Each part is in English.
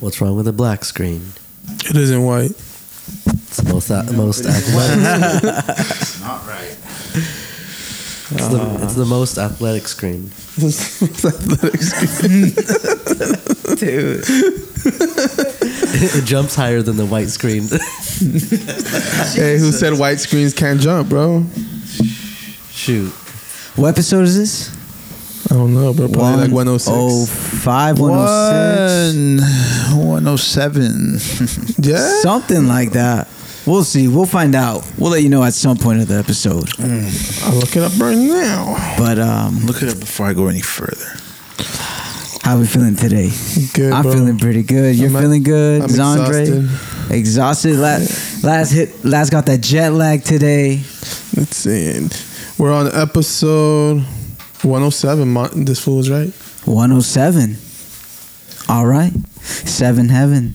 What's wrong with a black screen? It isn't white. It's most most athletic. Not right. It's the, it's the most athletic screen. Dude. it jumps higher than the white screen. Hey, who said white screens can't jump, bro? Shoot, What episode is this? I don't know, bro. Probably like 106. Oh, 105, 106. One, 107. yeah. Something like that. We'll see. We'll find out. We'll let you know at some point of the episode. Mm. I'll look it up right now. But um, Look it up before I go any further. how we feeling today? Good, I'm bro. feeling pretty good. You're I'm a- feeling good, I'm Zandre. Exhausted. exhausted. Last, last hit. Last got that jet lag today. Let's see. We're on episode 107. Martin, this fool was right. 107. All right. Seven heaven.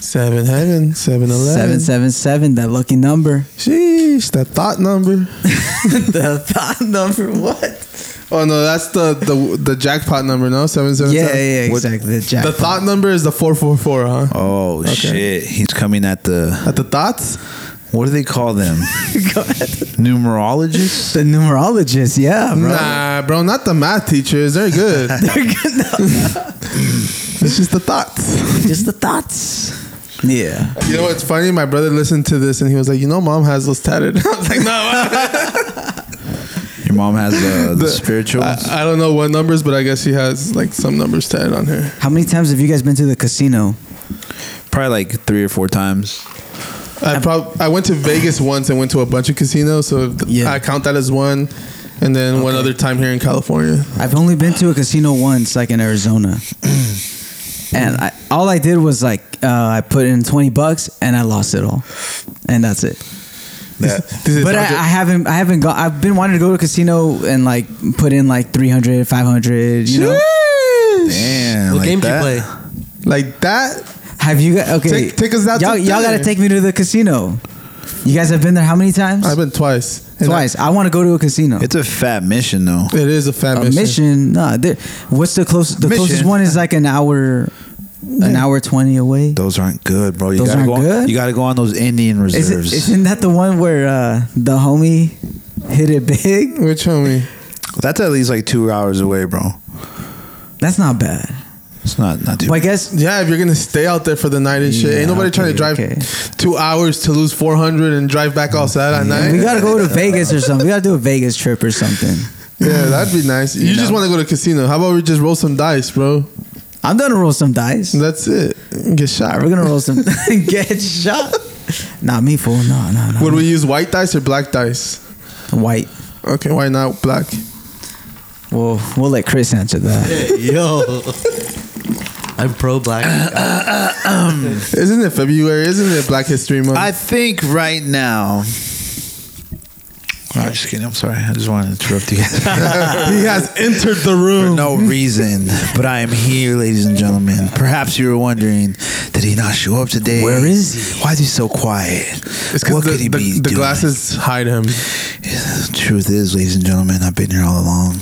Seven heaven, seven eleven. Seven seven seven. That lucky number. Sheesh, that thought number. the thought number. What? Oh no, that's the the, the jackpot number. No, seven seven. Yeah, yeah, seven. yeah, What- exactly. The The jackpot. thought number is the four four four, huh? Oh shit! He's coming at the At the thoughts, what do they call them? Numerologists. The numerologist. Yeah, bro. nah, bro, not the math teachers. They're good. it's just the thoughts. Just the thoughts. Yeah. You know what's funny? My brother listened to this and he was like, "You know, mom has those tatted." I was like, "No, Your mom has uh, the, the, The- spirituals. I, I don't know what numbers, but I guess she has like some numbers tatted on her." How many times have you guys been to the casino? Probably like three or four times. I prob- I went to Vegas once and went to a bunch of casinos, so th- Yeah. I count that as one. And then one other time here in California. I've only been to a casino once, like in Arizona. and I, all I did was like uh, I put in twenty bucks and I lost it all, and that's it. This is But I, not ju- I haven't, I haven't gone. I've been wanting to go to a casino and like put in like 300, 500, You know, Damn. what like game do you that? play? like that. have you? Got, okay, Take- take us out to Y'all, y'all got to dinner. take me to the casino. You guys have been there how many times? I've been twice. And Twice. I, want to go to a casino. It's a fat mission though. I- it is a fat a mission. mission. Nah, there- what's the closest? The closest Mission. one is like an hour, an hour twenty away. Those aren't good, bro. You Those gotta aren't go on, good? You gotta go on those Indian Is reserves. it, isn't that the one where uh, the homie hit it big? Which homie? That's at least like two hours away, bro. That's not bad. It's not not too. Well, I guess. Yeah, if you're gonna stay out there for the night and shit, Yeah, ain't nobody trying to drive okay, okay. two hours to lose four hundred and drive back all sad at night. We gotta go to Vegas or something. We gotta do a Vegas trip or something. yeah, that'd be nice. You, just want to go to casino. How about we just roll some dice, bro? I'm gonna roll some dice. That's it. Get shot. We're gonna roll some. get shot. Not me, fool. No, no, no. Would we use white dice or black dice? White. Okay, why not black? Well, we'll let Chris answer that. Yo, I'm pro black. Isn't it February? Isn't it Black History Month? I think right now. I'm just kidding. I'm sorry. I just wanted to interrupt you guys he has entered the for room. no reason. But I am here, ladies and gentlemen. Perhaps you were wondering, did he not show up today? Where is he? Why is he so quiet? It's what because could he the, be the, the doing? glasses hide him. The truth is, ladies and gentlemen, I've been here all along.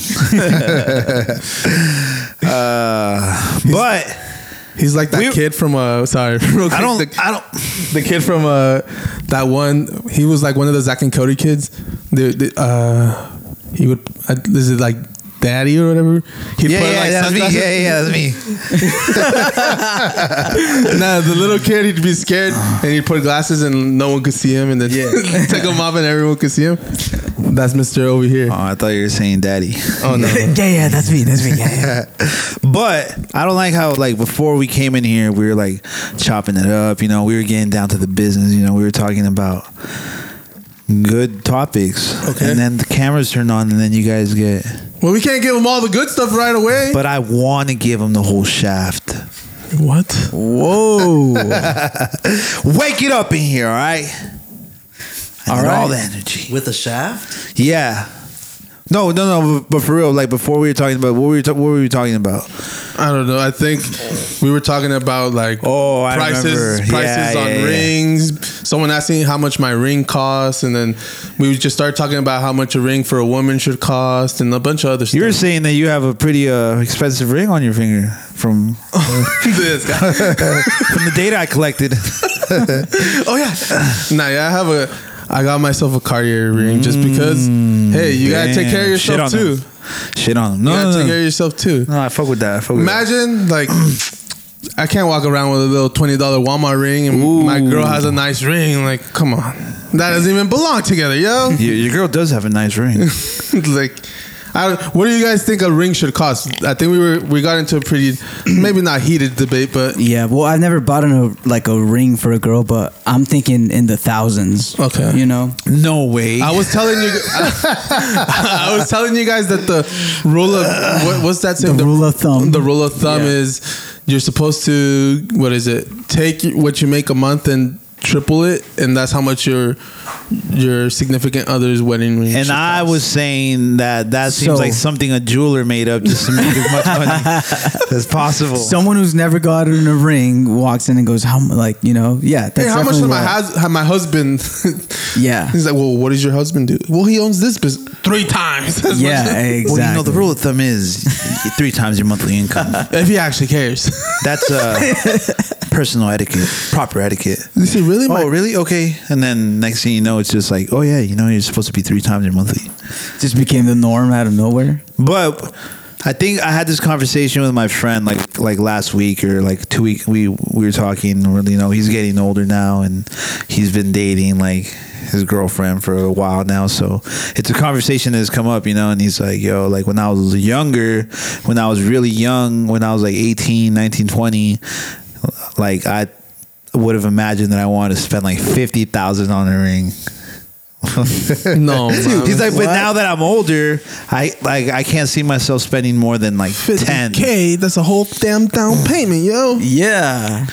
uh, but He's like that We- kid from uh sorry. real quick, I don't. the- I don't. the kid from uh that one he was like one of the Zach and Cody kids they, they, uh he would uh, is it like daddy or whatever he'd Yeah, yeah, that's me. Yeah, sunglasses- yeah, that's me. nah the little kid he'd be scared and he'd put glasses and no one could see him and then take them off and everyone could see him that's Mr. over here Oh, I thought you were saying daddy. oh no yeah, yeah, that's me. That's me. Yeah, yeah. But I don't like how like before we came in here, we were like chopping it up. You know, we were getting down to the business. You know, we were talking about good topics. Okay. And then the cameras turn on, and then you guys get. well we can't give him all the good stuff right away But I want to give them the whole shaft. what Whoa. Wake it up in here, all right? I All need right. all the energy. With a shaft? Yeah. No, no, no. But for real, like before we were talking about what were we ta- what were we talking about? I don't know. I think we were talking about like Oh, I prices, remember. prices Yeah, on yeah, yeah. rings. Someone asking how much my ring costs, and then we just started talking about how much a ring for a woman should cost, and a bunch of other You were stuff. saying that you have a pretty uh, expensive ring on your finger from uh, This guy. from the data I collected. oh yeah, nah, yeah. I have a. I got myself a Cartier ring just because. Hey, you gotta take care of Mm, Damn, shit yourself on too. them. Shit on them. You No, gotta no, take care no. of yourself too. no. I fuck with that. I fuck with that. Imagine like I can't walk around with a little twenty dollar Walmart ring and my girl has a nice ring. Like, come on, that doesn't even belong together, yo. Your, your girl does have a nice ring. like, I, what do you guys think a ring should cost? I think we were we got into a pretty maybe not heated debate, but Yeah, well, I've never bought an, a like a ring for a girl, but I'm thinking in the thousands. Okay. you know, no way. I was telling you, I, was telling you guys that the rule of what, what's that saying? The rule of thumb. The rule of thumb is you're supposed to what is it? Take what you make a month and triple it, and that's how much your your significant other's wedding ring. and should I cost. was saying that that seems So- like something a jeweler made up just to make as much money as possible. someone who's never gotten a ring walks in and goes, "How mu- like you know, yeah, that's Hey, how much does definitely my why." hus- how my husband? Yeah. he's like, well, what does your husband do? Well, he owns this business three times. That's what- Yeah, exactly. Well, you know the rule of thumb is three times your monthly income. if he actually cares. That's uh, personal etiquette, proper etiquette. Is he really? my- Oh, really? Okay. And then next thing you know, it's just like, oh yeah, you know, you're supposed to be three times your monthly. Just became the norm out of nowhere. But I think I had this conversation with my friend like like last week or like two week. We we were talking. You know, he's getting older now, and he's been dating like his girlfriend for a while now. So it's a conversation that's come up. You know, and he's like, "Yo, like when I was younger, when I was really young, when I was like 18, 19, 20, like I." Would have imagined that I wanted to spend like fifty thousand on a ring. No, man. He's like, but What? now that I'm older, I like I can't see myself spending more than like ten. 50K, that's a whole damn down payment, yo. Yeah,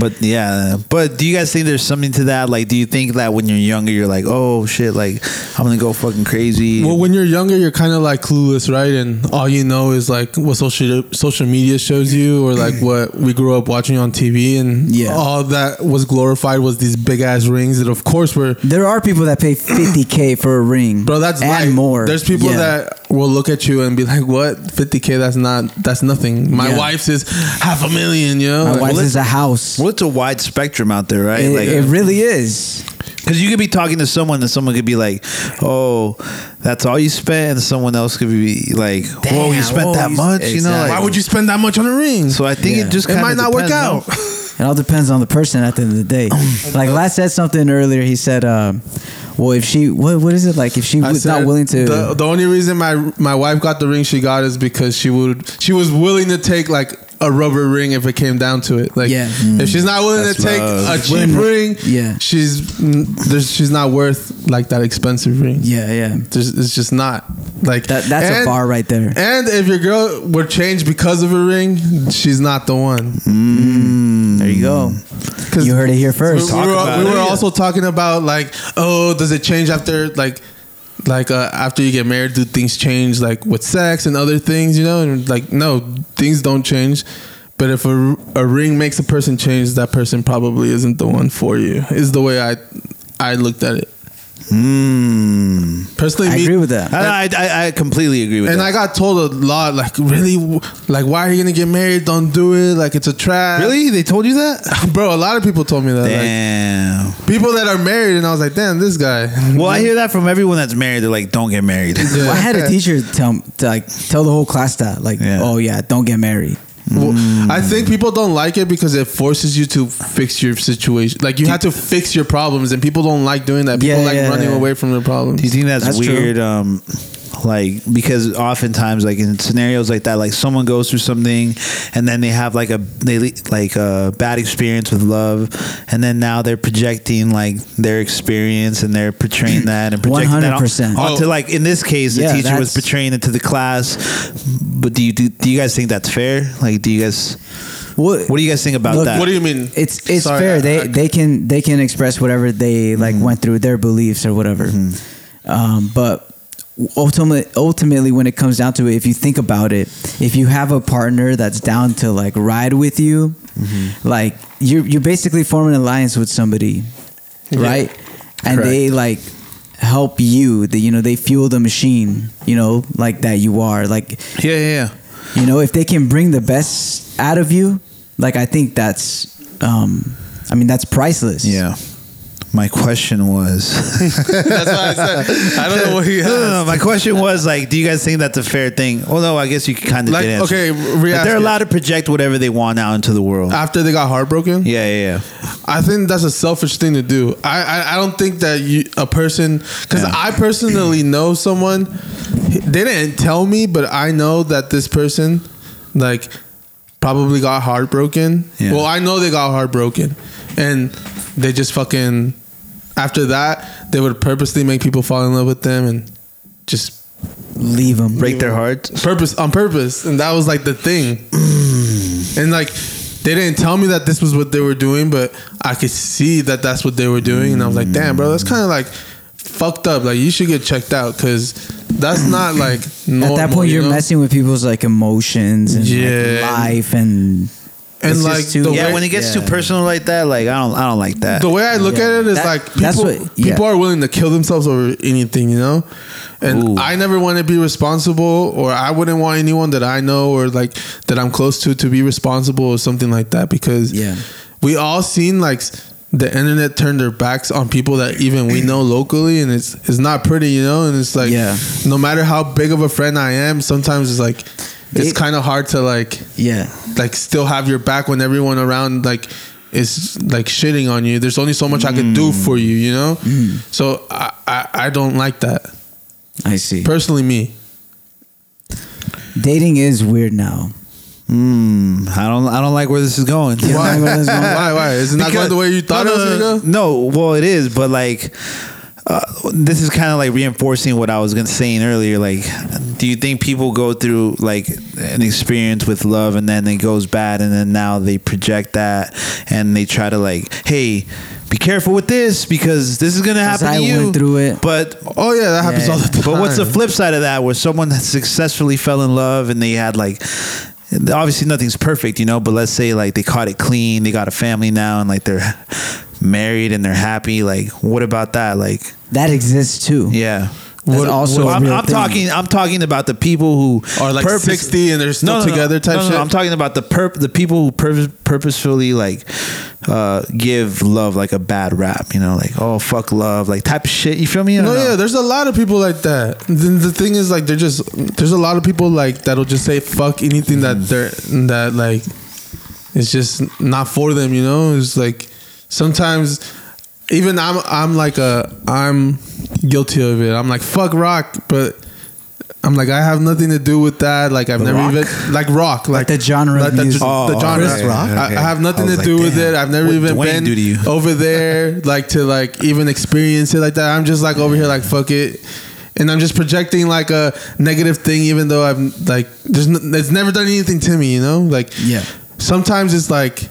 But yeah, but do you guys think there's something to that? Like, do you think that when you're younger, you're like, oh shit, like I'm gonna go fucking crazy? Well, when you're younger, you're kind of like clueless, right? And all you know is like what social social media shows you, or like what we grew up watching on TV, and Yeah. all that was glorified was these big ass rings that, of course, were there are people that pay 50k for a ring, bro. That's and life. more. There's people Yeah. that will look at you and be like, "What? 50k? That's not. That's nothing." My Yeah. wife's is half a million, yo. my Like, wife what- is a house. well, it's a wide spectrum out there, right? It, like, it really is. Because you could be talking to someone and someone could be like, "Oh, that's all you spent," and someone else could be like, "Whoa, you Damn, spent whoa, that you- much?" You know? Exactly. Like, Why would you spend that much on a ring? So I think Yeah. it just It kinda might not work depends, out. no? It all depends on the person at the end of the day. like Last said something earlier. He said, um, "Well, if she, what, what is it like? If she I was said not willing to, The, the only reason my my wife got the ring she got is because she would she was willing to take like a rubber ring if it came down to it. Like Yeah. if she's not willing That's to take love. a cheap ring, Yeah. she's mm, there's, she's not worth like that expensive ring. yeah, yeah, There's, it's just not like that that's a and- bar right there." And if your girl were changed because of a ring, she's not the one. Mm, There you go. 'Cause You heard it here We, first. we Talk were, about we it. were Yeah. also talking about like, oh, does it change after like, like uh, after you get married? Do things change like with sex and other things? You know, and like no, things don't change. But if a, a ring makes a person change, that person probably isn't the one for you. Is the way I I looked at it Mm. personally. I me- agree with that. I, I, I completely agree with And that. I got told a lot, like really, like why are you gonna get married? Don't do it. Like it's a trap. Really? They told you that? bro? A lot of people told me that. Like, Damn. people that are married, and I was like, damn, this guy. Mm-hmm. Well, I hear that from everyone that's married. They're like, don't get married. Well, I had a teacher tell to, like tell the whole class that like, Yeah. oh yeah, don't get married. Well, I Hmm. think people don't like it because it forces you to fix your situation. Like you have to fix your problems, and people don't like doing that. People Yeah, like yeah, running yeah. away from their problems. Do you think that's, That's true. weird? Um, like because oftentimes, like in scenarios like that, like someone goes through something, and then they have like a they le- like a bad experience with love, and then now they're projecting like their experience and they're portraying that and projecting that 100%. on- onto Oh. like in this case, the Yeah, teacher that's- was portraying it to the class. But do you do, do you guys think that's fair? Like, do you guys what do you guys think about Look, that? what do you mean? It's it's Sorry, fair. I- Mm-hmm. they I- they can they Mm-hmm. can express whatever they like went through their beliefs or whatever. Um, but ultimately, ultimately, when it comes down to it, if you think about it, if you have a partner that's down to like ride with you, Mm-hmm. like you're you're basically forming an alliance with somebody, right? And they like help you. That you know they fuel the machine. You know, like that you are like Yeah, yeah, you know if they can bring the best out of you, like I think that's. um I mean that's priceless. Yeah. My question was. yeah. That's why I said I don't know what he No, no, has. no, My question was like, do you guys think that's a fair thing? Well, no, I guess you kind of Like, did answer. okay, But re-ask they're it. Ah. allowed to project whatever they want out into the world. After they got heartbroken, yeah, yeah, I think that's a selfish thing to do. I I, I don't think that you a person because Yeah. I personally know someone. They didn't tell me, but I know that this person, like, probably got heartbroken. Yeah. Well, I know they got heartbroken, and they just fucking. After that, they would purposely make people fall in love with them and just Leave them. yeah. Break their hearts. purpose on purpose, and that was like the thing. Mm. and like, they didn't tell me that this was what they were doing, but I could see that that's what they were doing, and I was like, damn, bro, that's kind of like fucked up. Like, you should get checked out because that's not like normal. Mm. At that point, you you're know? messing with people's like emotions and like, Yeah. life, and And it's like just too- the Yeah, Yeah, way, when it gets yeah. too personal like that, like I don't, I don't like that. the way I look Yeah. at it is That- like people, that's what- yeah. people are willing to kill themselves over anything, you know. And Ooh. I never want to be responsible, or I wouldn't want anyone that I know or like that I'm close to to be responsible or something like that because Yeah. we all seen like s- the internet turn their backs on people that even we know locally, and it's it's not pretty, you know. And it's like Yeah. no matter how big of a friend I am, sometimes it's like it's It- kind of hard to like yeah, like still have your back when everyone around like is like shitting on you. There's only so much I can Mm. do for you, you know. So I, I I don't like that I see. personally. Me, Dating is weird now. Mm, I don't, I don't like where this is going. why why why? Is it not going Because- the way you thought it no, was no, going to go? No, well, it is, but like, uh, this is kind of like reinforcing what I was gonna saying earlier. Like, do you think people go through like an experience with love and then it goes bad, and then now they project that and they try to like, hey. Be careful with this because this is gonna 'Cause happen I to you. went through it. but Oh yeah, that happens Yeah, all the time. but what's the flip side of that? Where someone that successfully fell in love and they had like, obviously nothing's perfect, you know. But let's say like they caught it clean, they got a family now, and like they're married and they're happy. Like, what about that? Like, That exists too. yeah. That's also Well, a I'm, real I'm thing. talking. I'm talking about the people who Or like purpose- 60 and they're still together type no, no, no. shit? I'm talking about the perp- the people who purpose- purposefully like uh, give love like a bad rap. You know, like oh fuck love, like type of shit. You feel me? I No, don't know. yeah, there's a lot of people like that. The, the thing is, like, they're just there's a lot of people like that'll just say fuck anything that they're that like it's just not for them. You know, it's like sometimes even I'm I'm like a I'm guilty of it. I'm like fuck rock, but. I'm like I have nothing to do with that. Like I've never rock? even like rock, like, the genre of like the, music. the Oh, genre. Chris Rock? I, I have nothing I to was like, do with it. damn, I've never what'd even Dwayne been do to you? over there, like to like even experience it like that. I'm just like over here, like fuck it, and I'm just projecting like a negative thing, even though I'm like, there's n- it's never done anything to me, you know. Like, Yeah. Sometimes it's like,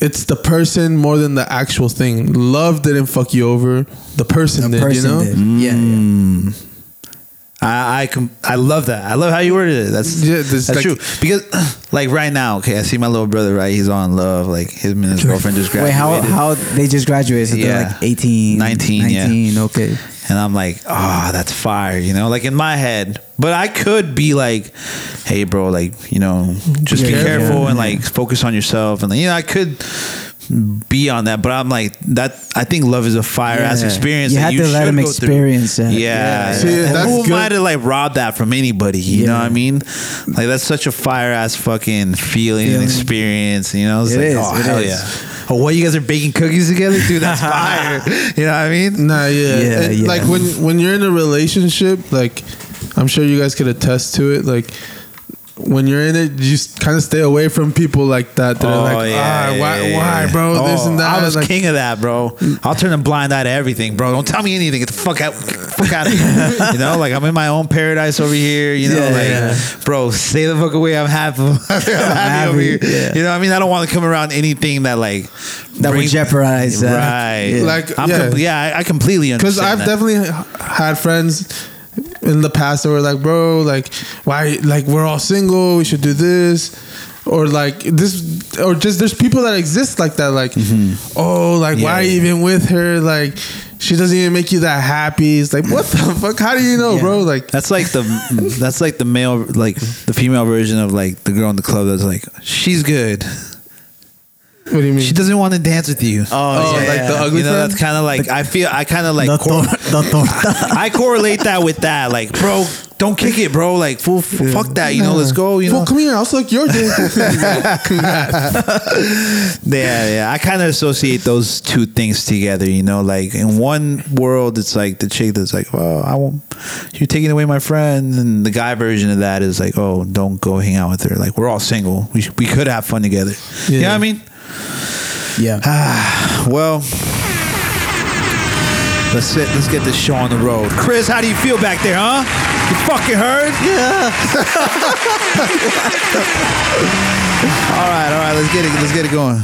it's the person more than the actual thing. Love didn't fuck you over. The person The did, person you know. did. Yeah, Mm. yeah. I I, com- I love that. I love how you worded it. That's Yeah, this- that's like- true. Because like right now, okay, I see my little brother. Right, he's on love. Like him and his girlfriend just Wait, graduated. how how they just graduated? So they're Yeah. like 18, 19, yeah. 19, Okay, And I'm like, ah, that's fire. You know, like in my head. But I could be like, hey, bro, like you know, just be Yeah, careful yeah, and yeah. like focus on yourself. And like, you know, I could be on that. But I'm like that. I think love is a fire ass Yeah. experience. You that had to let should him go through. experience that. Yeah. Yeah. See, yeah. that's Who good. am I to like rob that from anybody? You know Yeah. what I mean? Like that's such a fire ass fucking feeling, and Feeling. experience. You know, it's It like is, oh it hell is. yeah. Oh, what you guys are baking cookies together, dude? That's fire. you know what I mean? Nah, yeah, Yeah, And, yeah. Like when when you're in a relationship, like I'm sure you guys could attest to it. Like when you're in it, you just kind of stay away from people like that. That are like, ah, why, why, bro? Oh, this and that. I was like, king of that, bro. I'll turn a blind eye to everything, bro. Don't tell me anything. Get the fuck out. fuck out of here. you know, like I'm in my own paradise over here. You know, Yeah, like, yeah. bro, stay the fuck away. I'm happy. I'm happy, over happy, here. yeah. You know, what I mean, I don't want to come around anything that like That would brings- jeopardize that. Right. Yeah. Like, I'm yeah. com- yeah, I, I completely understand. Because I've that. definitely had friends in the past that were like, bro, like, why, like, we're all single, we should do this. Or like this, or just there's people that exist like that. Like, oh, like Yeah, why are you Mm-hmm. yeah. even with her? Like, she doesn't even make you that happy. It's like, what the fuck? How do you know, Yeah. bro? Like, That's like the that's like the male like the female version of like the girl in the club that's like she's good. what do you mean? She doesn't want to dance with you. Oh, yeah, like the yeah. ugly You know, friend? that's kind of like I feel I kind of like The cor- tor- the torta. I correlate that with that. Like, bro, don't kick it, bro. Like, fool, f- fuck that. You know, let's go. You Fool, know, come here. I'll suck your dick. yeah, yeah. I kind of associate those two things together. You know, like in one world, it's like the chick that's like, "Well, I won't. You're taking away my friend," and the guy version of that is like, "Oh, don't go hang out with her. Like, we're all single. We sh- we could have fun together." Yeah, you know what I mean, yeah. well. Let's sit, let's get this show on the road. Chris, how do you feel back there, huh? You fucking heard? Yeah. all right, all right, let's get it let's get it going.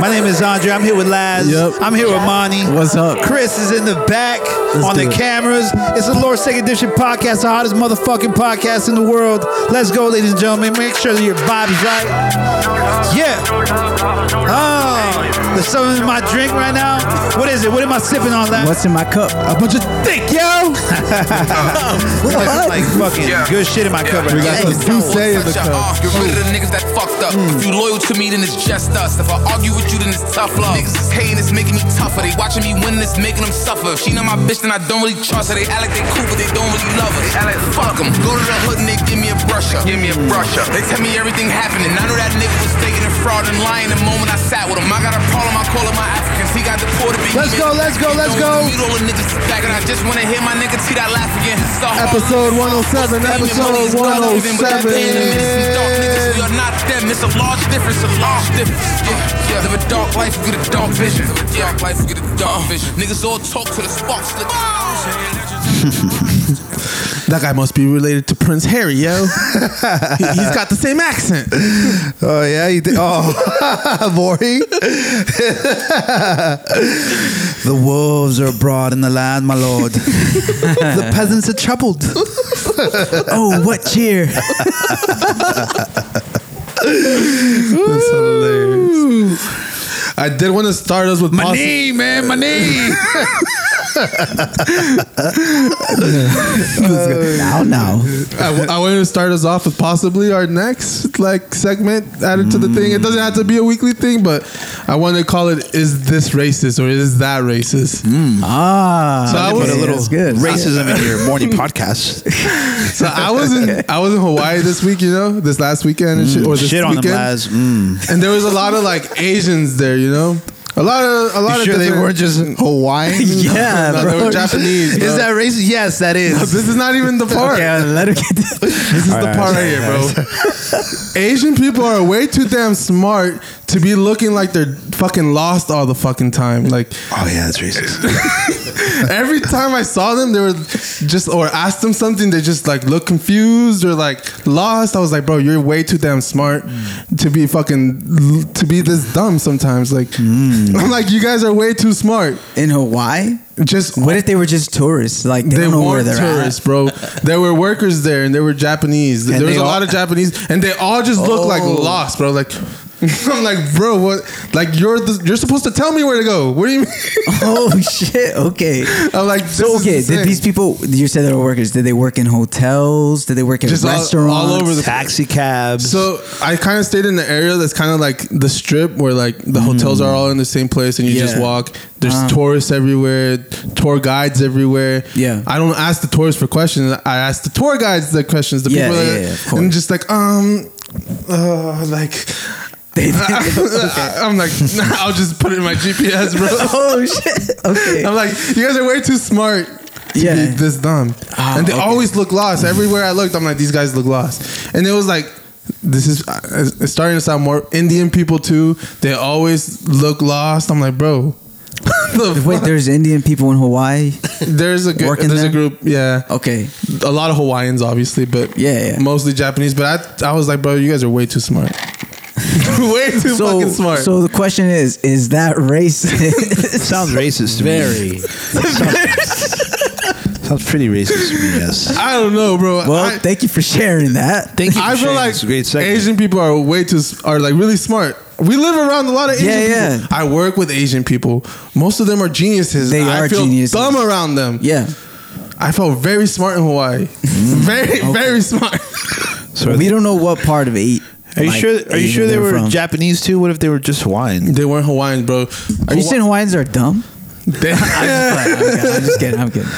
My name is Andre. I'm here with Laz. Yep. I'm here with Monty. What's up? Chris is in the back on the do it. cameras. It's the Lord's Second Edition podcast, the hottest motherfucking podcast in the world. Let's go, ladies and gentlemen. Make sure that your vibe is right. Yeah. Oh, there's something in my drink right now. What is it? What am I sipping on, Laz? What's in my cup? A bunch of thick, yo. like, like fucking Yeah. good shit in my cup. Right now. some Tuesday in the Such a cup. off, Get rid of the niggas that fucked up. If you loyal to me, then it's just us. If I argue with you, then it's tough love. Niggas is hating, it's making me tougher. They watching me win, it's making them suffer. If she not my bitch, then I don't really trust her. They act like they cool, but they don't really love her. They act like fuck 'em. Go to the hood and they give me a brush up. Give me a brush up. They tell me everything happening. I know that nigga was faking and fraud and lying the moment I sat with him. I got a problem, I call him my Africans. He got deported. but he Let's meant go, to let's be go, let's known go. as the leader. All the niggas is back, and I just wanna hear my nigga T that laugh again. So hard. Episode 107, Damn, your money is episode color, even with that pain and minutes and dark niggas, we are not them. It's a large difference, a large difference. Yeah, yeah. Live a dark life, we get a dark vision. Live a dark life, we get a dark vision. Niggas all talk to the sparks. Like, that guy must be related to Prince Harry, yo. he, has got the same accent. Oh yeah, you did. Oh, boring. the wolves are abroad in the land, my lord. the peasants are troubled. Oh, what cheer? That's hilarious. I did want to start us with My possi- knee, man, my knee. now, now. I, w- I wanted to start us off with possibly our next like segment added to the thing. It doesn't have to be a weekly thing, but I want to call it "Is this racist or is that racist?" Ah, So I okay, was- Put a little that's good. Racism in your morning podcast. So I was in I was in Hawaii this week, you know, this last weekend and shit, or this Mm, Shit on weekend, them, lads. Mm. and there was a lot of like Asians there, you know. A lot of a lot You of sure they different- weren't just Hawaiian? Yeah, no, they bro. were Japanese. bro. Is that racist? Yes, that is. this is not even the part. Okay, uh, let her get this. This is the part right here, bro. Asian people are way too damn smart to be looking like they're fucking lost all the fucking time. Like Oh yeah, that's racist. every time I saw them, they were just or asked them something, they just like look confused or like lost. I was like, bro, you're way too damn smart to be fucking to be this dumb sometimes. Like I'm like, you guys are way too smart. In Hawaii? Just What if they were just tourists? Like, they, they don't know where weren't they're tourists, bro. There were workers there, and they were Japanese. there was a they all- lot of Japanese, and they all just looked like Oh. lost, bro. Like. I'm like, bro, what? Like, you're the, you're supposed to tell me where to go. What do you mean? at. Oh, shit. Okay. I'm like, this So, okay, is insane. did these people, you said they were workers, did they work in hotels? Did they work in Just all- all restaurants? over the- Taxi cabs. So I kind of stayed in the area that's kind of like the strip where like the hotels are all in the same place and you just Mm. Yeah. walk. There's Ah. tourists everywhere, tour guides everywhere. Yeah. I don't ask the tourists for questions. I ask the tour guides the questions. The Yeah, people yeah, that, yeah, of course. and just like um, uh, like. They- I'm like, nah, I'll just put it in my GPS, bro. oh, shit. Okay. I'm like, you guys are way too smart to Yeah. be this dumb. Ah, and they okay. always look lost. Everywhere I looked, I'm like, these guys look lost. And it was like, this is uh, it's starting to sound more Indian people too. They always look lost. I'm like, bro, The Wait, fuck? there's Indian people in Hawaii. there's a gr- working there's there? a group. Yeah, Okay, a lot of Hawaiians, obviously, but Yeah, yeah. mostly Japanese. But I, I was like, bro, you guys are way too smart. way too so fucking smart. so the question is, is that racist? Sounds racist to me. Very. Sounds pretty racist to me, yes. I don't know, bro. well, I, thank you for sharing that. Thank I feel like it's a great segment. Asian people are way too s- are like really smart. We live around a lot of Asian Yeah, yeah. people. I work with Asian people. Most of them are geniuses. They and I are feel geniuses. dumb around them. Yeah, Mm. I felt very smart in Hawaii. very, very smart. So are, we they- don't know what part of eight. are you like, sure? Are Asian you sure they they're were from. Japanese too? What if they were just Hawaiian? they weren't Hawaiians, bro. Are you saying Hawaiians are dumb? They- I'm just kidding. I'm kidding.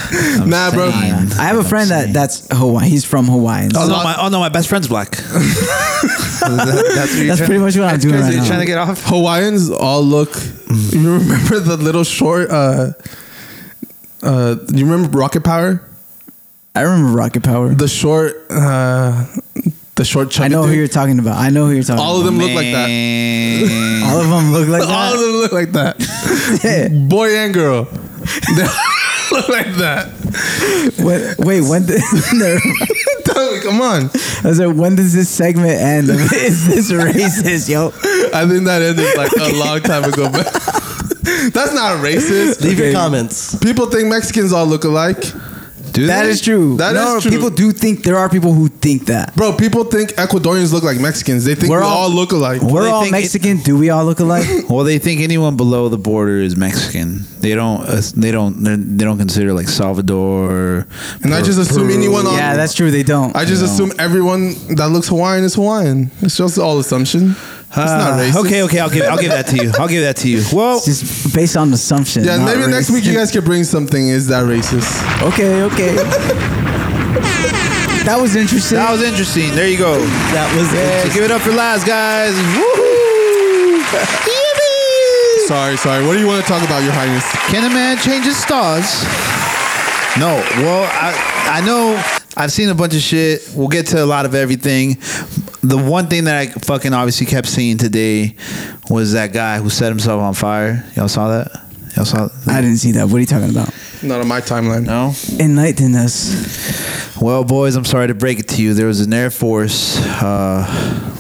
nah, bro. saying. I have a friend that that's Hawaiian. He's from Hawaii. Oh so no, my oh no, my best friend's black. that's that's pretty much what I'm doing right now. Mm. trying to get off. Hawaiians all look. You remember the little short? Uh, uh, you remember Rocket Power? I remember Rocket Power. The short, uh, the short. I chubby know who dude? you're talking about. I know who you're talking All of about. them look like that. All of them look like All of that. them look like that. Boy and girl. They all look like that. Yeah. Wait, wait, when did, Tell me, come on. I was like, when does this segment end? Is this racist, yo? I think that ended like a long time ago, but that's not racist. Leave your comments. People think Mexicans all look alike. Do That they? is true. That no, is true. people do think there are people who think that. Bro, people think Ecuadorians look like Mexicans. They think We're we all- all look alike. We're they all think it- Mexican. do we all look alike? Well, they think anyone below the border is Mexican. They don't. Uh, they don't. they're- They don't consider like Salvador. And I Peru- just assume Peru. anyone on yeah, that's true. They don't. I just No. assume everyone that looks Hawaiian is Hawaiian. It's just all assumption. It's not Ah, racist. Okay, okay, I'll give. I'll give that to you. I'll give that to you. Well, It's just based on assumption. Yeah, not maybe next race. week you guys can bring something. Is that racist? Okay, okay. that was interesting. that was interesting. There you go. That was Yeah, interesting. give it up for Laz, guys. Woohoo! Yippee! Sorry, sorry. What do you want to talk about, Your Highness? Can a man change his stars? No. Well, I I know I've seen a bunch of shit. We'll get to a lot of everything. The one thing that I fucking obviously kept seeing today was that guy who set himself on fire. Y'all saw that? Y'all saw I didn't see that. What are you talking about? Not on my timeline. No. Enlighten us. Well, boys, I'm sorry to break it to you. There was an Air Force. Uh,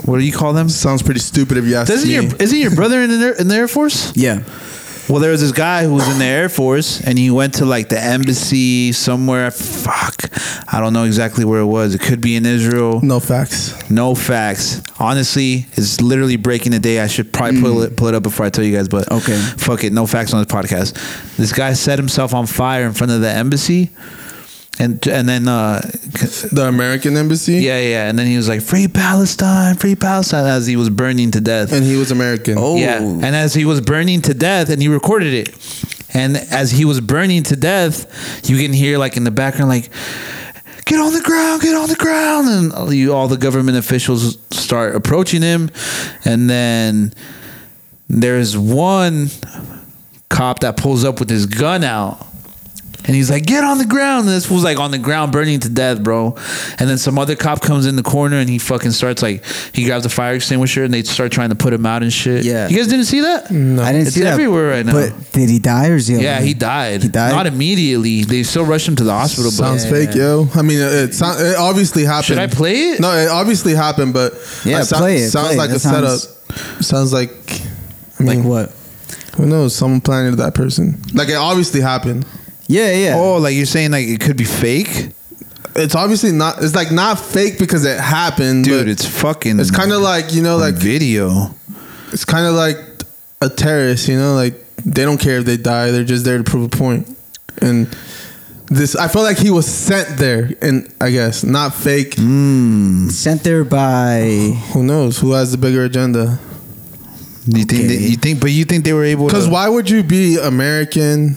what do you call them? Sounds pretty stupid if you ask Doesn't me. your isn't your brother in the, in the Air Force? Yeah. Well, there was this guy who was in the Air Force, and he went to like the embassy somewhere. Fuck, I don't know exactly where it was. It could be in Israel. no facts. No facts. Honestly, it's literally breaking the day. I should probably pull it pull it up before I tell you guys, but Okay. fuck it. No facts on this podcast. This guy set himself on fire in front of the embassy, and and then uh, The American embassy. yeah, yeah, and then he was like, "Free Palestine, free Palestine," as he was burning to death. And he was American. Oh. Yeah. And as he was burning to death, and he recorded it. And as he was burning to death, you can hear like in the background, like, get on the ground, get on the ground. And all you, all the government officials start approaching him. And then there's one cop that pulls up with his gun out. And he's like, get on the ground. And this was like on the ground burning to death, bro. And then some other cop comes in the corner and he fucking starts like, he grabs a fire extinguisher and they start trying to put him out and shit. Yeah. You guys didn't see that? I didn't It's see that. everywhere right now. But did he die or is he? Yeah, alive? he died. He died? Not immediately. They still rushed him to the hospital. But Sounds fake, yo. I mean, it, it, sound, it obviously happened. I play it? No, it obviously happened, but Yeah, sou- play it, Sounds play it. like That a sounds- setup. Sounds like. I Like mean, what? Who knows? Someone planted that person. Like it obviously happened. Yeah, yeah. Oh, like you're saying like it could be fake? It's obviously not. It's like not fake because it happened, Dude, but it's fucking. it's kind of like you know, on like video. it's kind of like a terrorist, you know, like they don't care if they die, they're just there to prove a point. And this, I felt like he was sent there, and I guess not fake. Sent there by. Who knows who has the bigger agenda? You think? Okay. That, you think? But you think they were able? Because to, why would you be American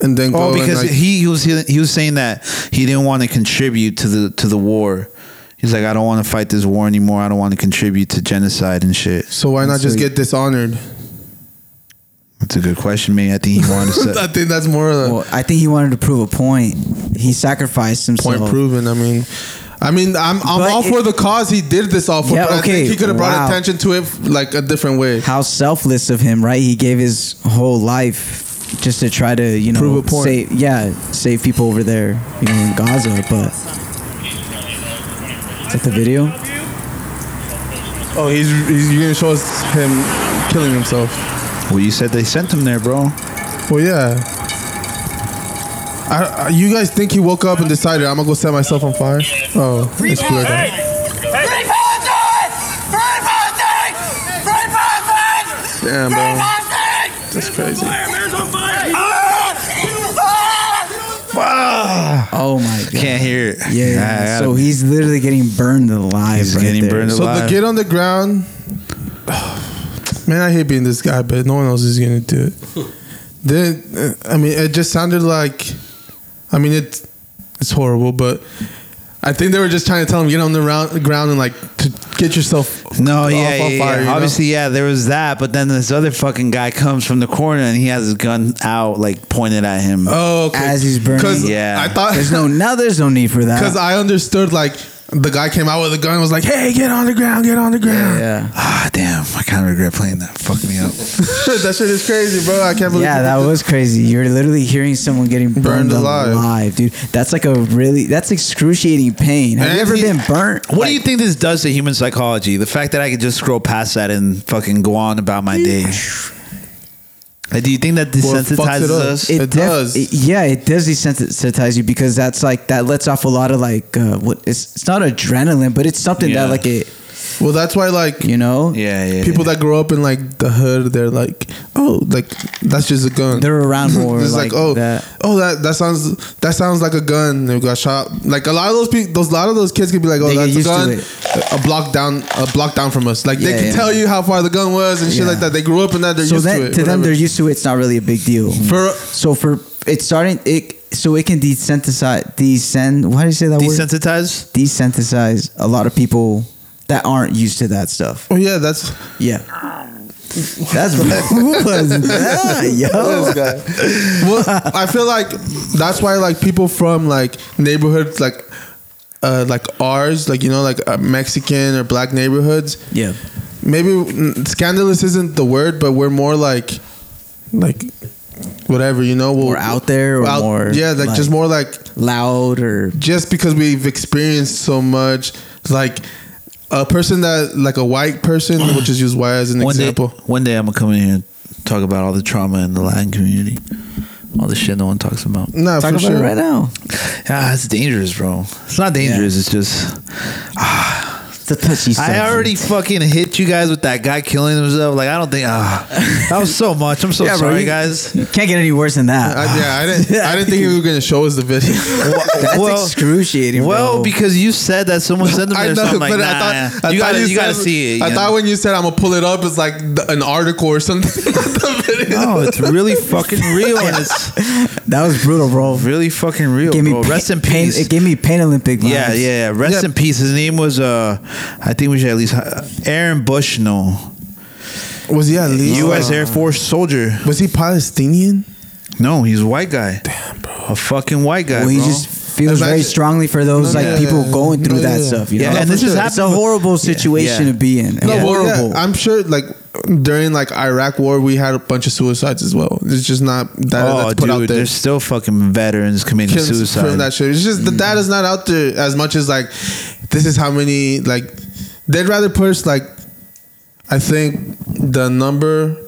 and then go? Oh, because and like, he, he was he was saying that he didn't want to contribute to the to the war. He's like, I don't want to fight this war anymore. I don't want to contribute to genocide and shit. so why not So just you- get dishonored? That's a good question, man. I think he wanted to. I Set, think that's more of a Well, I think he wanted to prove a point. He sacrificed himself. point proven. I mean. I mean, I'm I'm But all for it- the cause he did this all for. Yeah, but I okay, think he could have brought wow. attention to it like a different way. How selfless of him, right? He gave his whole life just to try to you know Prove a point. save yeah save people over there you know in Gaza. But is that the video? Oh, he's, he's you're gonna show us him killing himself. Well, you said they sent him there, bro. Well, yeah. I, I, you guys think he woke up and decided I'm gonna go set myself on fire? Oh, it's too late. then. Free Palestine! Free Palestine! Free Palestine! Damn, Free bro, Palestine! that's crazy. Ah! Oh my god! Can't hear it. Yeah, I yeah. gotta- so he's literally getting burned alive. He's right getting there. burned So the alive. get on the ground. Man, I hate being this guy, but no one else is gonna do it. then, uh, I mean, it just sounded like, I mean, it, it's horrible, but I think they were just trying to tell him get on the round, ground and like to get yourself No, off yeah, yeah, on fire, yeah. you know? obviously, yeah, there was that, but then this other fucking guy comes from the corner and he has his gun out, like pointed at him. Oh, okay. As he's burning. 'Cause Yeah. I thought There's no now. There's no need for that. Because I understood, like, the guy came out with a gun and was like, hey, get on the ground, get on the ground. yeah. Ah, damn, I kind of regret playing that. Fuck me up. that shit is crazy, bro. I can't believe Yeah, you that did was crazy. You're literally hearing someone getting burned, Burned alive. alive. dude. That's like a really that's excruciating pain. Have And you ever he- been burnt? What do you think this does to human psychology? The fact that I could just scroll past that and fucking go on about my day. Like, do you think that Well, it fucks it desensitizes up. us? It does. yeah, it does desensitize you because that's like that lets off a lot of like uh, what it's, it's not adrenaline, but it's something Yeah. that like it that. Well, that's why, like, you know yeah, yeah. people yeah. that grow up in, like, the hood, they're like, oh, like, that's just a gun. they're around more It's like, like, oh, that. oh, that that sounds that sounds like a gun. They got shot. Like a lot of those people, those a lot of those kids could be like, oh, They get that's a used to gun, it. a block down, a block down from us. Like they Yeah, can yeah. tell you how far the gun was and shit Yeah. like that. They grew up in that. They're so used that, to to, it. them whatever. they're used to it. It's not really a big deal. For- so for it's starting it so it can desensitize descend. Why do you say that word? desensitized. desensitize a lot of people that aren't used to that stuff. Oh yeah, that's Yeah. That's who was that, yo? well, I feel like that's why like people from like neighborhoods like uh, like ours, like you know, like uh, Mexican or black neighborhoods. Yeah. Maybe mm, scandalous isn't the word, but we're more like like whatever you know. We'll, More out there or more, yeah, like, like- just more like Loud or just because we've experienced so much, like. A person that like a white person, we'll just use white as an One day, example. one day I'm gonna come in here and talk about all the trauma in the Latin community, all the shit no one talks about. Nah, talk for about sure. it right now. Ah, it's dangerous, bro. It's not dangerous. It's just It's a touchy subject. I already fucking hit you guys with that guy killing himself. Like I don't think ah, that was so much. I'm so Yeah, bro, sorry, you- guys. You can't get any worse than that. I, yeah, I didn't. I didn't think he was gonna show us the video. That's excruciating. Well, bro. because you said that someone sent them there, so I'm like, nah, nah. you gotta, you, gotta said- see it. I you thought know? when you said I'm gonna pull it up, it's like th- an article or something. The video. no, it's really fucking real, and it's that was brutal, bro. really fucking real, Gave me bro. pain- Rest in pain- peace. It gave me pain Olympic. Vibes. yeah, yeah, yeah. Rest Yeah. in peace. His name was, uh, I think we should at least uh, Aaron Bushnell, Was he at least U.S. Air Force soldier. Was he Palestinian? No, he's a white guy. Damn, bro, a fucking white guy. Well, he bro. just feels Imagine- very strongly for those No, like yeah, people yeah. going through No, that yeah. stuff. You Yeah, know? and this has It's a happened- horrible situation yeah. to be No, in. It's well, yeah, horrible. I'm sure. Like during like Iraq War, we had a bunch of suicides as well. It's just not that oh, that's put dude, out there. there's still fucking veterans committing Kids suicide. from that shit. It's just the data's not out there as much as like this is how many like they'd rather push like I think the number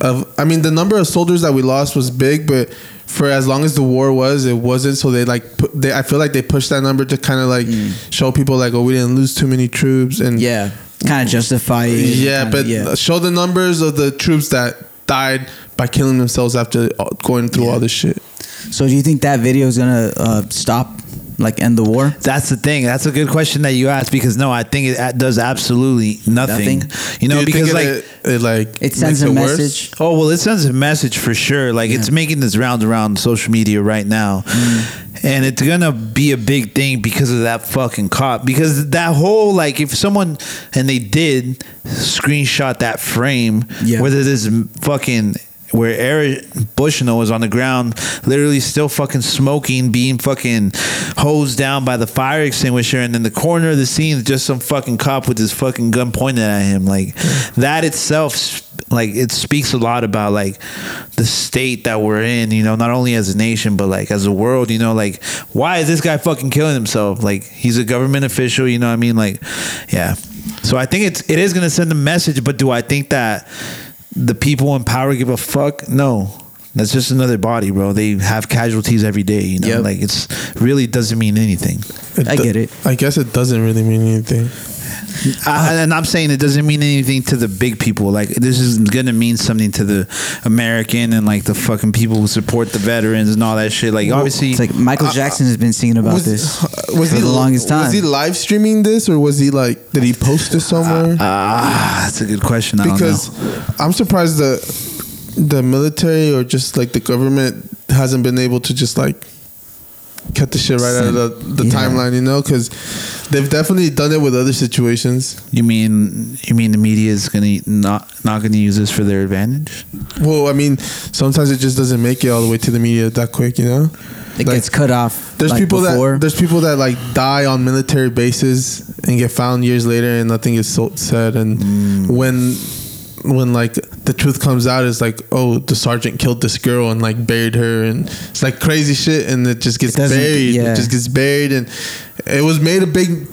of I mean the number of soldiers that we lost was big, but for as long as the war was, it wasn't. So they like put, they I feel like they pushed that number to kind of like show people like oh we didn't lose too many troops and yeah, kind of justify. it. yeah, Kinda- but yeah. show the numbers of the troops that died by killing themselves after uh, going through all this shit. So do you think that video is gonna uh, stop, like end the war? That's the thing. That's a good question that you asked because no, I think it a- does absolutely nothing. Nothing? You know, Do you because think like, it, it like It sends makes a worse? message. oh well, it sends a message for sure. Like it's making this round around social media right now, and it's gonna be a big thing because of that fucking cop. Because that whole like, if someone and they did screenshot that frame, Yeah. whether this fucking. Where Eric Bushnell was on the ground, literally still fucking smoking, being fucking hosed down by the fire extinguisher, and in the corner of the scene, is just some fucking cop with his fucking gun pointed at him. Like that itself like it speaks a lot about like the state that we're in, you know, not only as a nation but like as a world, you know, like why is this guy fucking killing himself? Like he's a government official, you know what I mean? Like yeah. So I think it's it is going to send a message, but do I think that the people in power give a fuck? No. That's just another body, bro. They have casualties every day, you know. Yep. Like it's really doesn't mean anything. I do- get it. I guess it doesn't really mean anything. I, and I'm saying it doesn't mean anything to the big people. Like this is gonna mean something to the American and like the fucking people who support the veterans and all that shit. Like obviously, It's like Michael Jackson has been singing about this was for he the longest time. Was he live streaming this, or was he like? Did he post this somewhere? ah, that's a good question. I because don't know. I'm surprised the the military or just like the government hasn't been able to just like cut the shit right out of the, the Yeah. timeline, you know? Because they've definitely done it with other situations. You mean you mean the media is gonna e, not not gonna use this for their advantage? Well, I mean, sometimes it just doesn't make it all the way to the media that quick, you know? it like- gets cut off. There's like, people before. that there's people that like die on military bases and get found years later and nothing is so said and Mm. when when like the truth comes out it's like oh the sergeant killed this girl and like buried her and it's like crazy shit and it just gets doesn't- buried yeah. it just gets buried and it was made a big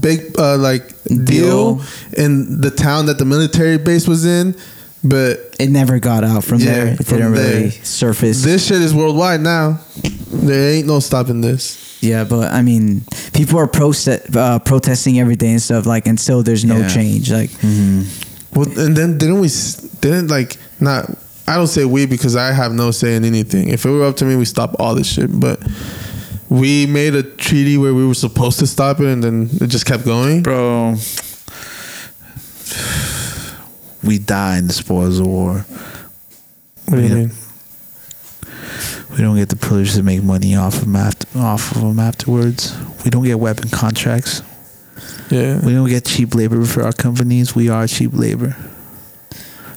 big uh, like deal Deal. in the town that the military base was in but it never got out from Yeah, there. It from didn't really there. surface. this shit is worldwide now there ain't no stopping this yeah, but I mean, people are proste- uh, protesting every day and stuff like, and still there's no Yeah. change. Like, Mm-hmm. Well, and then didn't we? s- Didn't like not? I don't say we because I have no say in anything. If it were up to me, we stop all this shit. But we made a treaty where we were supposed to stop it, and then it just kept going. bro. We die in the spoils of war. What do you Yeah. mean? We don't get the privilege to make money off of 'em after, off of 'em afterwards. We don't get weapon contracts. Yeah, We don't get cheap labor for our companies. We are cheap labor.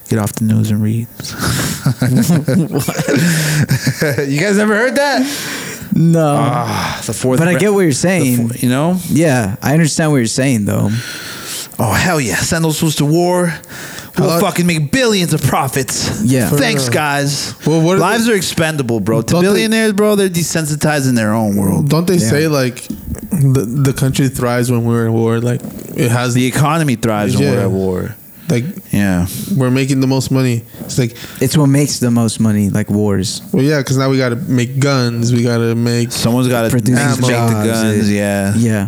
Get off the news and read. you guys never heard that? no, Ah, the fourth. but I ra- get what you're the saying. fo- you know? yeah, I understand what you're saying though. Oh hell yeah! Send those fools to war. We'll Hello? fucking make billions of profits. Yeah. For Thanks, real. guys. Well, what are Lives are expendable, bro. To Don't they- billionaires, bro, they're desensitized in their own world. don't they say like the the country thrives when we're in war? Like it has The economy thrives when we're Yeah. at war. like Yeah. we're making the most money. It's like It's what makes the most money, like wars. well, yeah, because now we gotta make guns. We gotta make, Someone's got to make Produce the jobs, guns. it- Yeah. Yeah,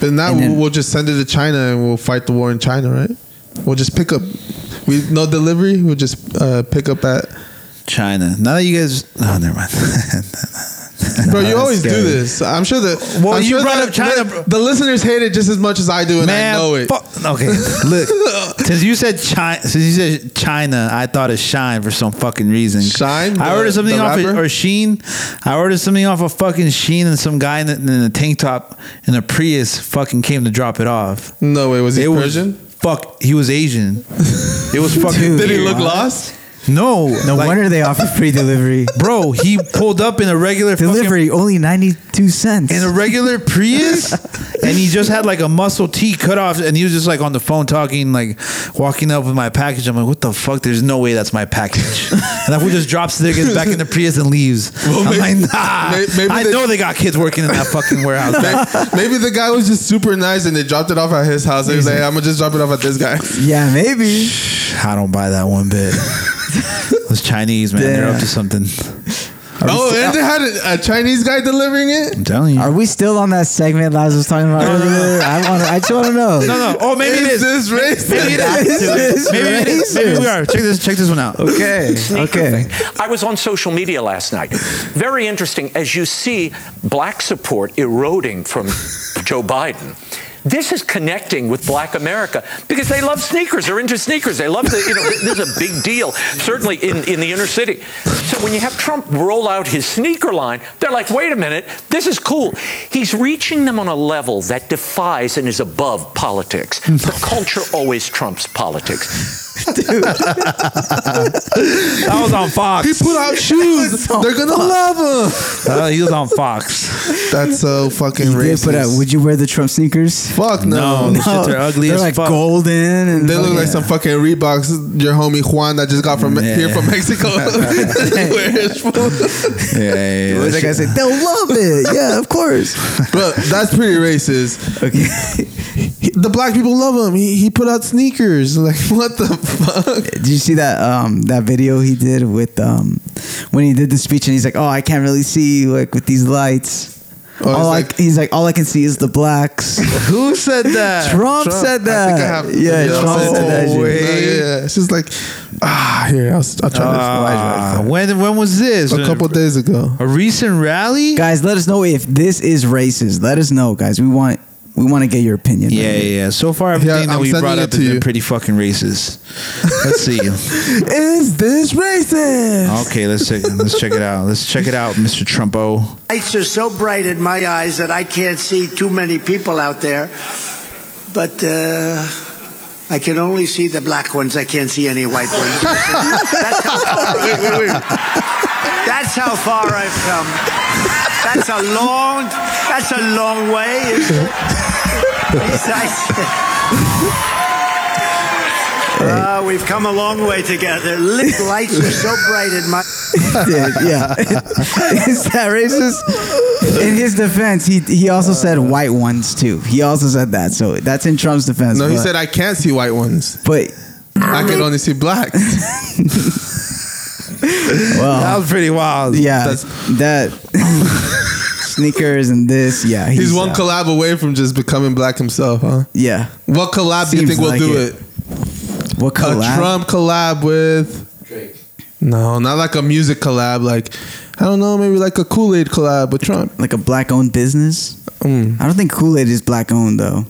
but now And then- we'll just send it to China and we'll fight the war in China, right? We'll just pick up. We no delivery. We'll just uh, pick up at China. Now that you guys, oh, never mind. Bro, you That's always scary. do this. I'm sure that. Well, I'm you sure brought that- up China, bro. The, the listeners hate it just as much as I do, and Man, I know it. fuck- Okay, look. Since you said China, since you said China, I thought of Shine for some fucking reason. Shine, I the- ordered something the off of, rapper? or Sheen. I ordered something off of fucking Sheen, and some guy in a, in a tank top and a Prius fucking came to drop it off. No way. Was he it Persian? was fuck. He was Asian. It was fucking. Did he weird. look lost? No, no like, wonder they offer free delivery. Bro, he pulled up in a regular fucking delivery only ninety two cents. in a regular Prius, and he just had like a muscle T cut off, and he was just like on the phone talking, like walking up with my package. I'm like, what the fuck? There's no way that's my package. and that fool just drops it, gets back in the Prius and leaves. I'm may- like, nah. may- maybe I they- know they got kids working in that fucking warehouse. May- Maybe the guy was just super nice, and they dropped it off at his house. They was like, "I'm gonna just drop it off at this guy." yeah, maybe. I don't buy that one bit. Those Chinese man, they're Damn. up to something. Oh, and they had a, a Chinese guy delivering it. I'm telling you. Are we still on that segment Laz was talking about earlier? I want. I just want to know. No, no. Oh, maybe it Is is. this racist? Maybe it is. This Maybe it is. is Maybe we racist. are. Check this. Check this one out. Okay. Okay. I was on social media last night. Very interesting. As you see black support eroding from Joe Biden, this is connecting with black America because they love sneakers. They're into sneakers. They love the, you know, this is a big deal, certainly in, in the inner city. So when you have Trump roll out his sneaker line, they're like, wait a minute, this is cool. He's reaching them on a level that defies and is above politics. The culture always trumps politics. dude. That was on He Fox. put out shoes. They're gonna love him. Uh, he was on Fox. That's so fucking He did racist. put out, would you wear the Trump sneakers? Fuck no. No. Shit, they're ugly They're as like fuck. golden. And They look like some fucking Reeboks. Your homie Juan that just got from Yeah. here from Mexico. Wears from- Yeah, yeah, yeah. Like I said, they'll love it. Yeah, of course. Bro, that's pretty racist. He- the black people love him. He, he put out sneakers. Like what the fuck? Did you see that um, that video he did with um, when he did the speech and he's like, oh, I can't really see like with these lights. Oh, all it's like, he's like, all I can see is the blacks. Who said that? Trump, said that. yeah, Trump Oh, said that. shit. way. yeah, it's just like ah, here I'll, I'll try Ah, Uh, when when was this? this. A couple days ago. A recent rally? Guys, let us know if this is racist. Let us know, guys. We want we want to get your opinion. Yeah, yeah, yeah. So far, everything Yeah, that I'm we sending brought it up to has you. been pretty fucking racist. Let's see. Is this racist? Okay, let's check, let's check it out. Let's check it out, Mr. Trumpo. Lights are so bright in my eyes that I can't see too many people out there. But uh, I can only see the black ones. I can't see any white ones. That's how far, wait, wait, wait. That's how far I've come. That's a long. That's a long way. isn't it? Besides- Ah, we've come a long way together. Lit lights are so bright in my. Dude, yeah. is that racist? In his defense, he he also said white ones too. He also said that. So that's in Trump's defense. No, he but- said I can't see white ones. But I can only see black. That was pretty wild. yeah, that sneakers and this. Yeah, He's one uh, collab away from just becoming black himself, huh? yeah. What collab do you Seems think we'll like do it. it? What collab? A Trump collab with Drake. no, not like a music collab. Like I don't know, maybe like a Kool Aid collab with Trump. Like a black owned business? Mm. I don't think Kool Aid is black owned though.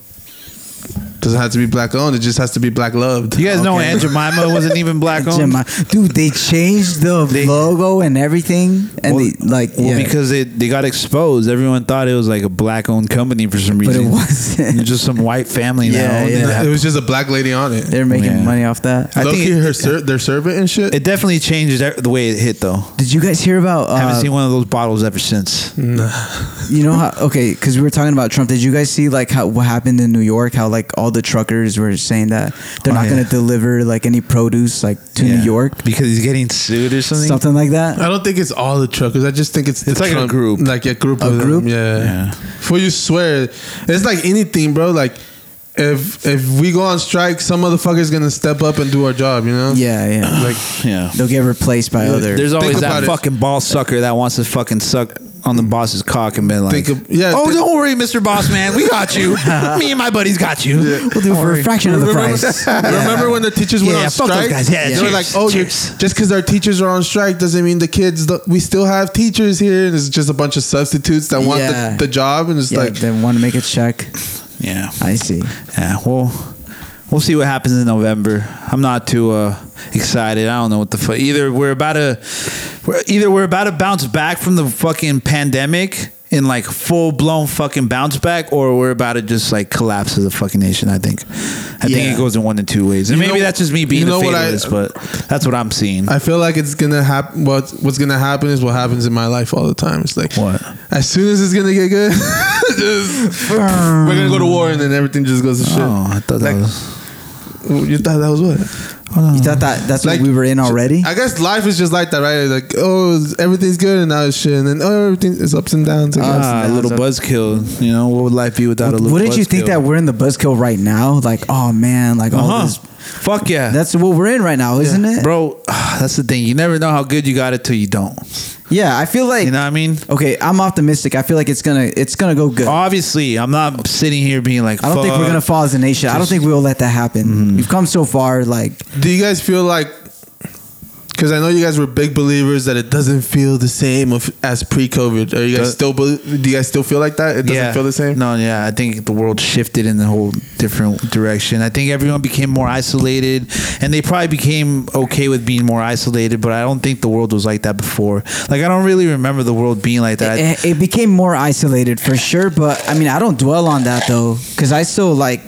Doesn't have to be black owned. It just has to be black loved. You guys know Okay. Aunt Jemima wasn't even black owned? Jemima- Dude, they changed the They- logo and everything, and Well- they, like Well, yeah, because they, they got exposed. Everyone thought it was like a black owned company for some but reason. it It's wasn't. just some white family Yeah, now. yeah. It was just a black lady on it. They're making Yeah. money off that. I Low think key, it- her ser- their servant and shit. It definitely changed e- the way it hit, though. Did you guys hear about? I haven't Uh, seen one of those bottles ever since. you know how? Okay, because we were talking about Trump. Did you guys see like how what happened in New York? How like all the truckers were saying that they're Oh, not going yeah. to deliver like any produce like to Yeah. New York, because he's getting sued or something. something like that. I don't think it's all the truckers. I just think it's the It's like a Trump- group. like a group, of them. group? Yeah. Yeah. For you swear, it's like anything, bro. Like if if we go on strike, some motherfucker's gonna step up and do our job. You know. Yeah, yeah. Like Yeah. They'll get replaced by other. There's Think always about that it. fucking ball sucker that wants to fucking suck on the boss's cock and been like, Think of- yeah, oh, think- don't worry, Mr. Boss Man, we got you. Me and my buddies got you. we'll do it for a fraction of the price. Remember when the teachers went Yeah, on fuck those strike? guys. Yeah, they were cheers, like, "Oh, you cheers. just because our teachers are on strike doesn't mean the kids. don't- We still have teachers here, and it's just a bunch of substitutes that want Yeah. the, the job." And it's Yeah, like, they want to make a check. Yeah, I see. yeah. Well, we'll see what happens in November. I'm not too uh, excited. I don't know what the fuck. Either we're about to, we're, either we're about to bounce back from the fucking pandemic. In like full blown fucking bounce back, or we're about to just like collapse as a fucking nation. I think, I Yeah. think it goes in one of two ways, and You maybe know- that's just me you being know a what I- fatalist, but that's what I'm seeing. I feel like it's gonna happen. What what's gonna happen is what happens in my life all the time. It's like, What? As soon as it's gonna get good, just, we're gonna go to war, and then everything just goes to shit. Oh, I thought Like- that was. You thought that was what? You thought that that's Like- what we were in already? I guess life is just like that, right? Like, oh, everything's good, and now it's shit, and then oh, everything is ups and downs. I guess. Ah, a little buzzkill. You know, what would life be without a little? Wouldn't you think buzzkill? that we're in the buzzkill right now? Like, oh man, like all Uh-huh. this. Fuck yeah, That's what we're in right now, isn't it? bro. That's the thing. You never know how good you got it till you don't. Yeah, I feel like. You know what I mean? okay, I'm optimistic. I feel like it's gonna it's gonna go good. Obviously, I'm not sitting here being like. I don't think we're gonna fall as a nation. I don't think we'll let that happen. Mm-hmm. We've come so far. Like, Do you guys feel like? Because I know you guys were big believers that it doesn't feel the same of, as pre-COVID. Are you guys Does- still? bel do you guys still feel like that? It doesn't yeah. feel the same. No, yeah. I think the world shifted in the whole different direction. I think everyone became more isolated, and they probably became okay with being more isolated. But I don't think the world was like that before. Like I don't really remember the world being like that. it, it became more isolated for sure. But I mean, I don't dwell on that though, because I still like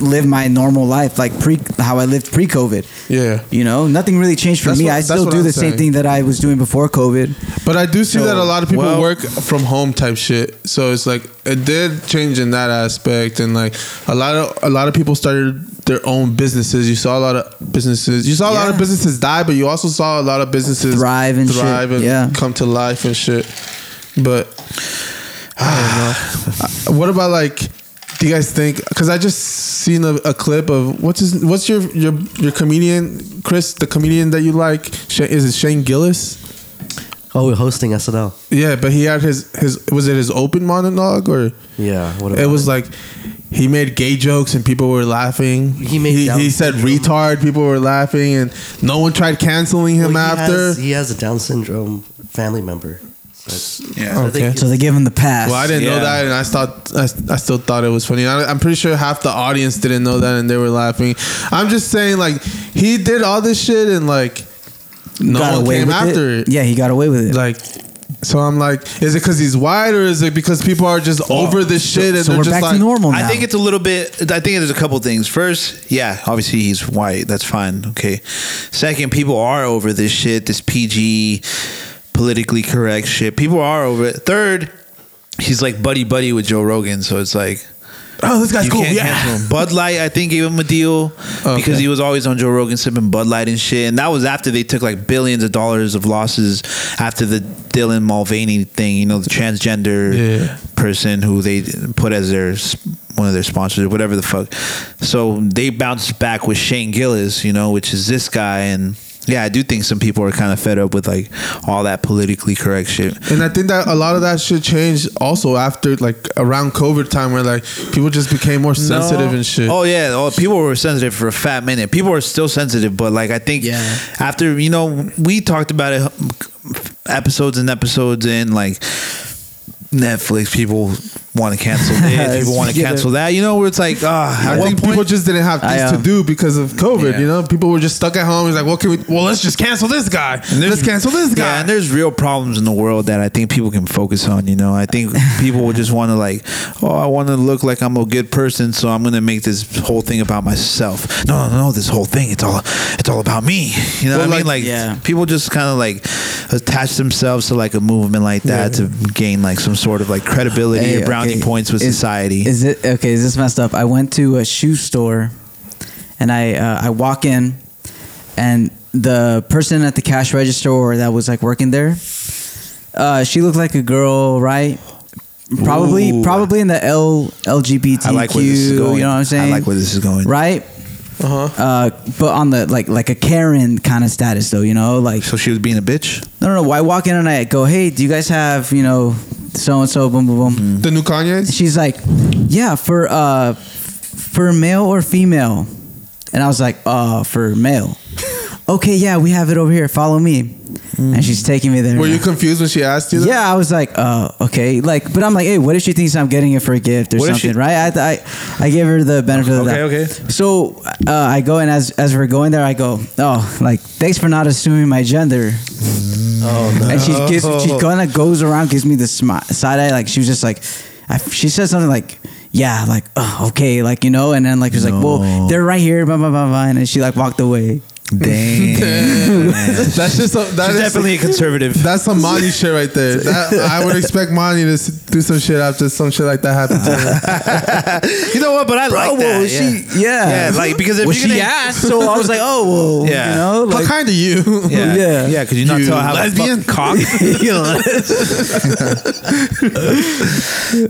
live my normal life, like pre how I lived pre COVID. Yeah. You know, nothing really changed for That's me. what- I that's still what do I'm the saying. same thing that I was doing before COVID. But I do see So, that a lot of people well- work from home type shit. So it's like it did change in that aspect, and like a lot of a lot of people started their own businesses. You saw a lot of businesses. You saw a lot of Yeah. businesses die, but you also saw a lot of businesses Thrive and shit, and yeah. come to life and shit. But I don't know. what about like? Do you guys think? Because I just seen a, a clip of what's his, what's your your your comedian Chris, the comedian that you like. Sha- Is it Shane Gillis? Oh, we're hosting SNL. Yeah, but he had his his was it his open monologue or Yeah. What it was like he made gay jokes and people were laughing. He made he, down- said retard, people were laughing, and no one tried canceling him Well, he after. has- he has a Down syndrome family member. So it's- Yeah. so I think Okay. it's- So they give him the pass. well, I didn't know Yeah. that, and I thought I, I still thought it was funny. I, I'm pretty sure half the audience didn't know that, and they were laughing. I'm just saying, like he did all this shit, and like no Got one away came with after it. Yeah, he got away with it. Like, so I'm like, is it because he's white, or is it because people are just over this shit and so they're we're just back like, to normal now. I think it's a little bit. I think there's a couple things. First, yeah, obviously he's white. That's fine. Okay. Second, people are over this shit. This PG, politically correct shit. People are over it. Third, he's like buddy buddy with Joe Rogan, so it's like oh, this guy's you cool, can't yeah. cancel him. Bud Light, I think, gave him a deal because he was always on Joe Rogan sipping Bud Light and shit. And that was after they took like billions of dollars of losses after the Dylan Mulvaney thing. You know, the transgender Yeah. person who they put as their s- one of their sponsors or whatever the fuck. So they bounced back with Shane Gillis, you know, which is this guy and. Yeah, I do think some people are kind of fed up with like all that politically correct shit. And I think that a lot of that shit changed also after like around COVID time, where like people just became more sensitive No. and shit. Oh yeah, oh, people were sensitive for a fat minute. People are still sensitive, but like I think Yeah. after you know we talked about it episodes and episodes in like Netflix people want to cancel this, people want to Yeah. cancel that. You know where it's like ah, I at one think point people just didn't have things I, uh, to do because of COVID. Yeah. You know, people were just stuck at home. It's like, what can we? Well, let's just cancel this guy. Let's cancel this guy. Yeah, and there's real problems in the world that I think people can focus on. You know, I think people will just want to like, oh, I want to look like I'm a good person, so I'm gonna make this whole thing about myself. No, no, no, this whole thing, it's all, it's all about me. You know Well, what I like- mean? Like, Yeah. people just kind of like attach themselves to like a movement like that to gain like some sort of like credibility Hey, or brownie okay. points with Is- society. Is it okay? Is this messed up? I went to a shoe store, and I uh, I walk in, and the person at the cash register or that was like working there, uh, she looked like a girl, right? Probably, Ooh. probably in the L LGBTQ. I like where this is going. You know what I'm saying? I like where this is going. right? Uh-huh. Uh, but on the like like a Karen kind of status though, you know, like So she was being a bitch. no no no. Why walk in and I go, hey, do you guys have you know so and so boom boom boom? the new Kanye's. She's like, yeah, for uh, f- for male or female, and I was like, uh, for male. okay, yeah, we have it over here. Follow me, and she's taking me there. Mm-hmm. Were you confused when she asked you? That? Yeah, I was like, uh, okay, like, but I'm like, hey, what if she thinks I'm getting it for a gift or What if something, she- right? I, I, I gave her the benefit of the doubt. Okay, okay. So uh, I go and as as we're going there, I go, oh, like, thanks for not assuming my gender. Oh no! And she gives, she kind of goes around, gives me the smi- side eye, like she was just like, I, she said something like. Yeah, like oh, okay, like you know, and then like she's like, well, they're right here, blah blah blah blah, and then she like walked away. Damn, that's just a, that she's is definitely a conservative. That's some Monty shit right there. That, I would expect Monty to s- do some shit after some shit like that happened to him. you know what? But I like well, that. yeah. Oh, she, yeah, Yeah, like, because if well, you're she gonna- asked, so I was like, oh, well, Yeah. you know, like, How kind of you. Yeah, Yeah. yeah. Because you not You tell how lesbian? lesbian cock.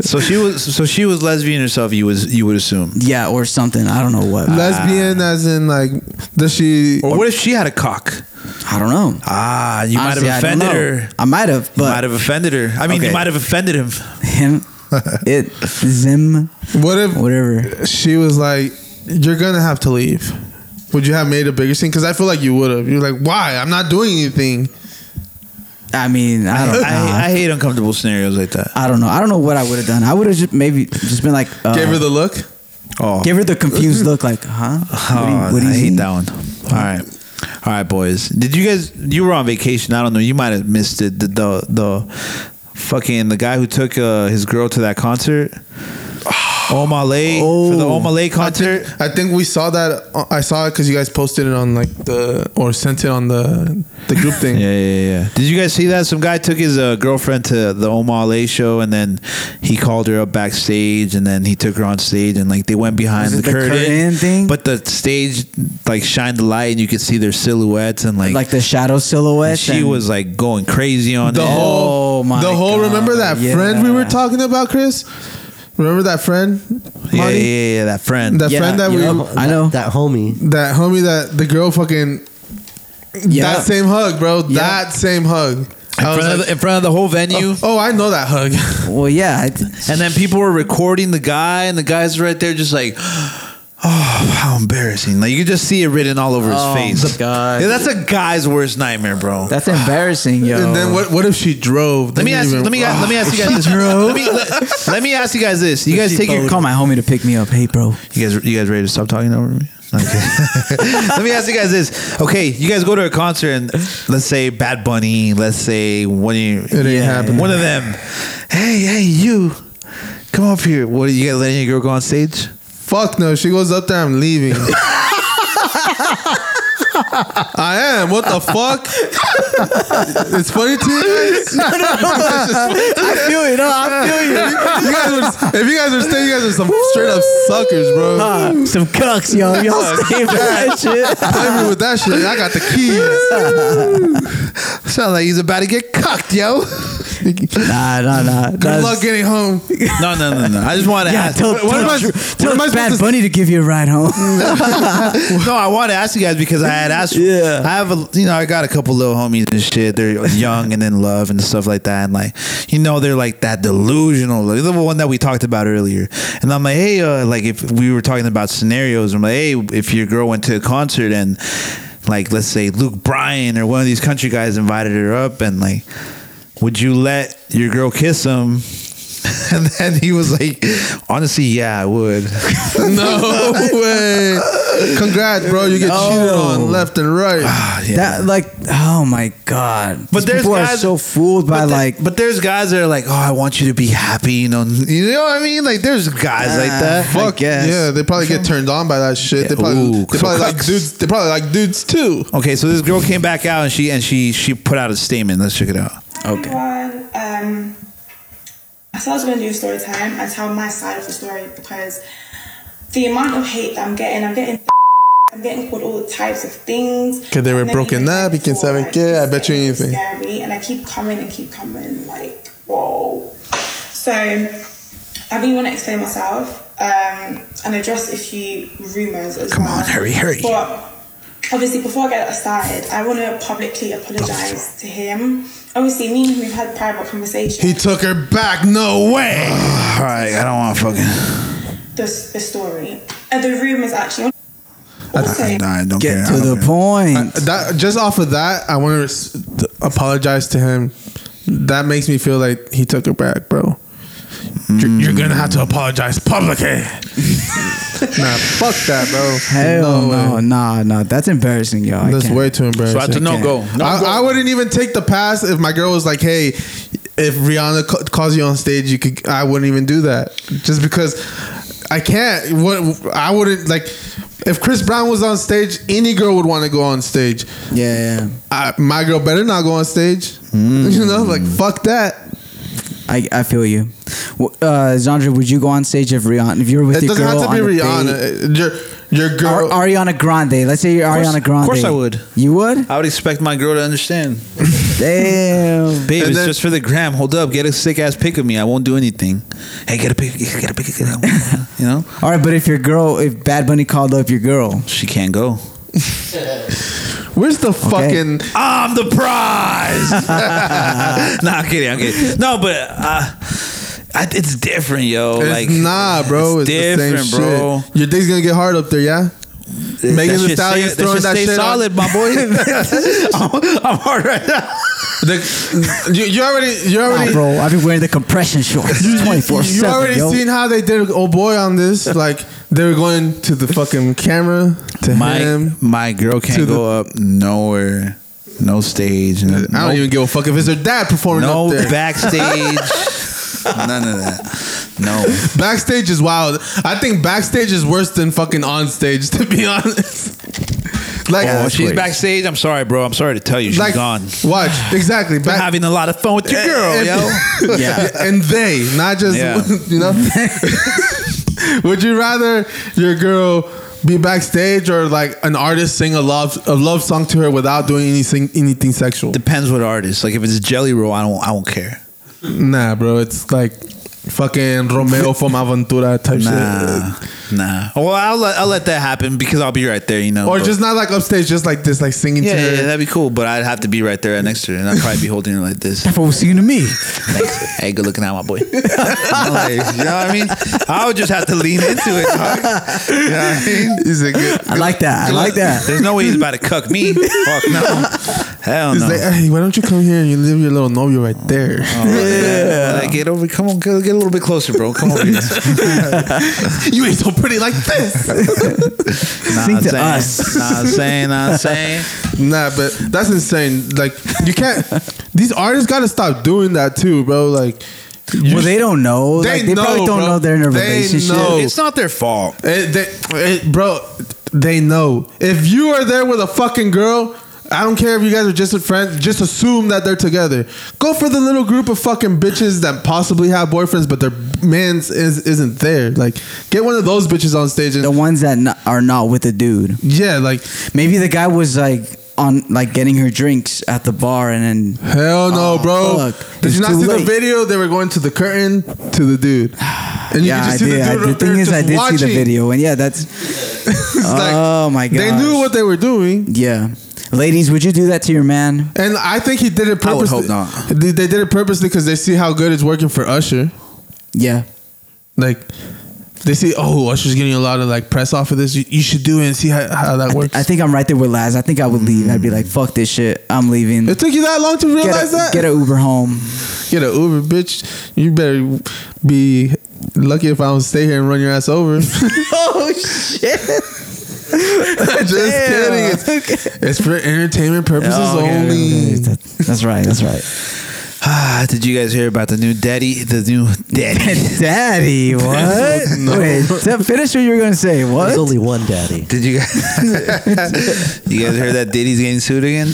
so she was. So she was lesbian herself. You was. You would assume. yeah, or something. I don't know what. Lesbian, as in like, does she? Or what if she had a cock? I don't know. Ah, you Honestly, might I have don't offended know. her. I might have, You but might have offended her. I mean, you Okay. might have offended him. him, it, zim, What if whatever. she was like, "You're gonna have to leave"? Would you have made a bigger scene? Because I feel like you would have. You're like, "Why? I'm not doing anything." I mean, I don't know. I, I, I hate uncomfortable scenarios like that. don't know. I don't know what I would have done. I would have just maybe just been like, uh, Gave her the look. Oh, give her the confused look, like, huh? What do you- Oh, what do you I mean? hate that one. All right. All right, boys. Did you guys? You were on vacation. I don't know. You might have missed it. The the, the fucking the guy who took uh, his girl to that concert. Omalay for Oh, the Omalay concert. I think, I think we saw that. uh, I saw it because you guys posted it on like the or sent it on the the group thing. Yeah, yeah, yeah. Did you guys see that? Some guy took his uh, girlfriend to the Omalay show, and then he called her up backstage, and then he took her on stage, and like they went behind Was the, it the curtain, curtain thing? But the stage like shined the light, and you could see their silhouettes, and like, like the shadow silhouette. she and- was like going crazy on The it. whole Oh my the whole. God, Remember that yeah. friend we were talking about, Chris? Remember that friend? yeah, yeah, Monty? yeah, yeah, that friend. That friend that you we know, I know. that, that homie. that homie that the girl fucking Yeah. that same hug, bro. That same hug. in, I was front of like, the, in front of the whole venue. oh, oh, I know that hug. Well, yeah. I th- And then people were recording the guy, and the guy's right there, just like, oh, how embarrassing! Like you could just see it written all over Oh, his face. my God. Yeah, that's a guy's worst nightmare, bro. That's embarrassing, yo. and then what? What if she drove? let me Then ask. you Let even- me. let me ask you guys this. Let me, let, let me ask you guys this. You guys take your. call my homie to pick me up. Hey, bro. You guys, you guys ready to stop talking over me? Okay. let me ask you guys this. Okay, you guys go to a concert and let's say Bad Bunny. Let's say one of you. It ain't happening. One of them. Hey, hey, you. Come up here. What are you guys letting your girl go on stage? Fuck no. She goes up there. I'm leaving. I am. What the fuck? it's funny to you guys. I feel you. No, I feel you. You guys were, if you guys are staying, you guys are some straight up suckers, bro. Some cucks, yo. Y'all stay for that shit. Play me with that shit. I got the keys. Sound like he's about to get cucked, yo. Nah, nah, nah. Good That's- luck getting home. No, no, no, no. I just want to Yeah, ask. tell, what am I- tell, Drew- what tell am I supposed Bad to- Bunny to give you a ride home. no, I want to ask you guys because I had asked. Yeah. I have a, you know, I got a couple little homies and shit. They're young and in love and stuff like that. And like, you know, they're like that delusional, like the one that we talked about earlier. And I'm like, hey, uh, like if we were talking about scenarios, I'm like, hey, if your girl went to a concert and like, let's say Luke Bryan or one of these country guys invited her up and like, would you let your girl kiss him? And then he was like, honestly, yeah, I would. No way. Congrats, bro. You get cheated on left and right. Ah, yeah. That like, oh my god! But These there's people are guys- so fooled by but the- like. but there's guys that are like, oh, I want you to be happy, you know, you know what I mean? Like, there's guys like Ah, that. Fuck yes. yeah, they probably get turned on by that shit. They Yeah. probably, Ooh, they probably like cucks. dudes. They probably like dudes too. Okay, so this girl came back out and she and she she put out a statement. Let's check it out. Okay. One, um, I said I was going to do story time and tell my side of the story because the amount of hate that I'm getting, I'm getting, I'm getting called all types of things. 'Cause they were And then broken even up, like you can before, say, like, "Yeah, I it's bet you getting anything." Scary, and I keep coming and keep coming, like whoa. So I really want to explain myself um, and address a few rumors as Come well. on, hurry, hurry. But obviously before I get that started, I want to publicly apologise to him. Obviously, me and him we've had private conversations. He took her back. No way. All right, I don't want to fucking. the, the story. And the room is actually. Also, I, I don't care. Get I to don't the care. point. That just off of that, I want to res- apologize to him. That makes me feel like he took her back, bro. You're, Mm. you're gonna have to apologize publicly. nah, fuck that, bro. Hell no, way. nah, nah. That's embarrassing, yo. I That's can't. way too embarrassing. to no go. I, I wouldn't even take the pass if my girl was like, "Hey, if Rihanna ca- calls you on stage, you could." I wouldn't even do that just because I can't. What I wouldn't like if Chris Brown was on stage, any girl would want to go on stage. Yeah, yeah. I, my girl better not go on stage. Hmm. You know, like fuck that. I, I feel you. W- Uh, Zandra, would you go on stage if Rihanna? If you're with It your doesn't girl have to be on a date- Rihanna. Your your Ar- girl. Ariana Grande. Let's say you're course- Ariana of Grande. course I would. You would? I would expect my girl to understand. Damn. Babe, And it's then- just for the gram. Hold up, get a sick ass pic of me. I won't do anything. Hey, get a pic. Get a pic. Get a pic. You know, All right, but if your girl, if Bad Bunny called up your girl, she can't go. Where's the fucking? I'm the prize. nah, I'm kidding. I'm kidding. No, but uh, I, it's different, yo. It's like, nah, bro. It's, it's the same different, bro. shit. Your dick's gonna get hard up there, yeah. Megan Thee Stallion throwing that shit on. solid, my boy. I'm, I'm hard right now. The, you, you already, you Nah, already, bro, I've been wearing the compression shorts twenty four you seven. already yo. seen how they did. Oh boy, on this, like they were going to the fucking camera to My him. my girl To can't the- go up nowhere, no stage, no, I don't no, even give a fuck if it's their dad performing no up there. backstage, none of that. No. backstage is wild. I think backstage is worse than fucking on stage, to be honest. like oh, she's backstage. I'm sorry, bro. I'm sorry to tell you, she's Like- Eh, gone. Watch exactly. Back- having a lot of fun with your girl, and, yo. yeah, and they, not just Yeah. you know. Would you rather your girl be backstage or like an artist sing a love a love song to her without doing anything anything sexual? Depends what artist. Like if it's Jelly Roll, I don't. I won't care. Nah, bro, it's like fucking Romeo Fomaventura type Nah, shit. nah. Well, I'll let I'll let that happen because I'll be right there, you know. Or but- just not like upstage, just like this, like singing yeah, to yeah, her. yeah, that'd be cool. But I'd have to be right there next to her, and I'd probably be holding her like this. That fool was singing to me. Thanks. Hey, good looking out, my boy. Like, you know what I mean? I would just have to lean into it. Dog. You know what I mean? He's a good. I like that. I like that. There's no way he's about to cuck me. Fuck no. Hell He's no. like, hey, why don't you come here and you live your little novio right there? Oh. yeah. Like, get over. Come on, get, get a little bit closer, bro. Come over here. you ain't so pretty like this. Nah, Sing I'm to saying, us. Nah, I'm saying. Nah, I'm saying. nah, but that's insane. Like, you can't. These artists gotta stop doing that too, bro. Like, you- well, they don't know. They, like, they probably don't bro. know they're in a They relationship. know. It's not their fault. It, Eh, they, it, bro, they know. If you are there with a fucking girl, I don't care if you guys are just a friend, just assume that they're together. Go for the little group of fucking bitches that possibly have boyfriends, but their man's is, isn't there. Like, get one of those bitches on stage The and, ones that not, are not with a dude. yeah, like, Maybe the guy was like on like getting her drinks at the bar and then hell no, Oh, bro. fuck. Did It's you not too see the late. video? They were going to the curtain to the dude. And yeah, I did. I, the up there thing is, just I did see watching. the video, and yeah, that's It's like, Oh, my They knew gosh. what they were doing. yeah. Ladies, would you do that to your man? And I think he did it I would purposely. hope not. They, they did it purposely because they see how good it's working for Usher. Yeah, Like, they see, oh, Usher's getting a lot of like press off of this. You, you should do it and see how, how that works. I think I'm right there with Laz. I think I would leave. I'd be like, "Fuck this shit. I'm leaving." it took you that long to realize get a, that? Get an Uber home. Get a Uber, bitch. You better be lucky if I don't stay here and run your ass over. oh shit! Just kidding. It's, it's for entertainment purposes Oh, only. That's right. That's right. Ah, did you guys hear about the new daddy? The new daddy. Daddy, what? Wait, t- finish what you were gonna say. What? There's only one daddy. Did you guys? you guys hear that Diddy's getting sued again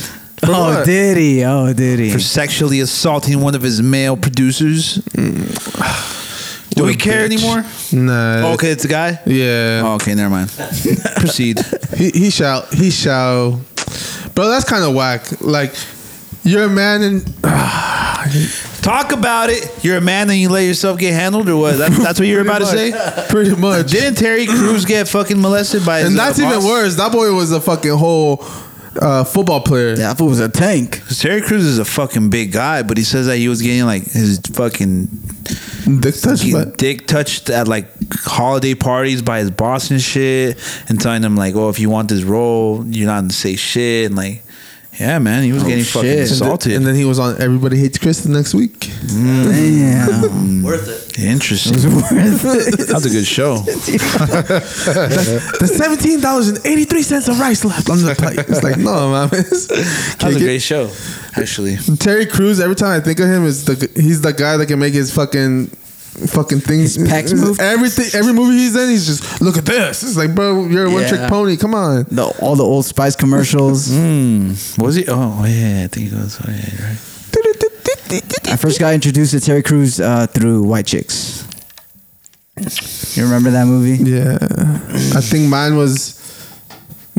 oh, what? did he? Oh, did he? Mm. for sexually assaulting one of his male producers? Do Mm. What we a care bitch. anymore? Oh, Nah. okay, it's a guy. Yeah. Oh, okay, never mind. Proceed. He, he shall. He shall. Bro, that's kind of whack. Like, you're a man and Talk about it. You're a man and you let yourself get handled, or what? That's, that's what you're about to say. pretty much. Didn't Terry Crews get fucking molested by? His, and uh, that's boss? even worse. That boy was a fucking whole uh, football player. That fool was a tank. 'Cause Terry Crews is a fucking big guy, but he says that he was getting like his fucking Dick touch, He- but dick touched at like holiday parties by his boss and shit, and telling him like, "Oh, if you want this role, you're not gonna say shit." And like, yeah, man, he was getting fucking shit. assaulted. And then he was on Everybody Hates Chris the next week. Damn, Worth it. Interesting. worth it. That's a good show. The seventeen dollars and eighty three cents of rice left on the plate. It's like no, man. That was a Kick great show, actually. it. Terry Crews. Every time I think of him, is the he's the guy that can make his fucking fucking things. His pecs move? Everything. Every movie he's in, he's just look at this. It's like, bro, you're a one trick Yeah. pony. Come on. The, all the old Spice commercials. Mm. Was he? Oh yeah, I think it was. Oh, yeah, right. I first got introduced to Terry Crews uh, through White Chicks. You remember that movie? Yeah, I think mine was.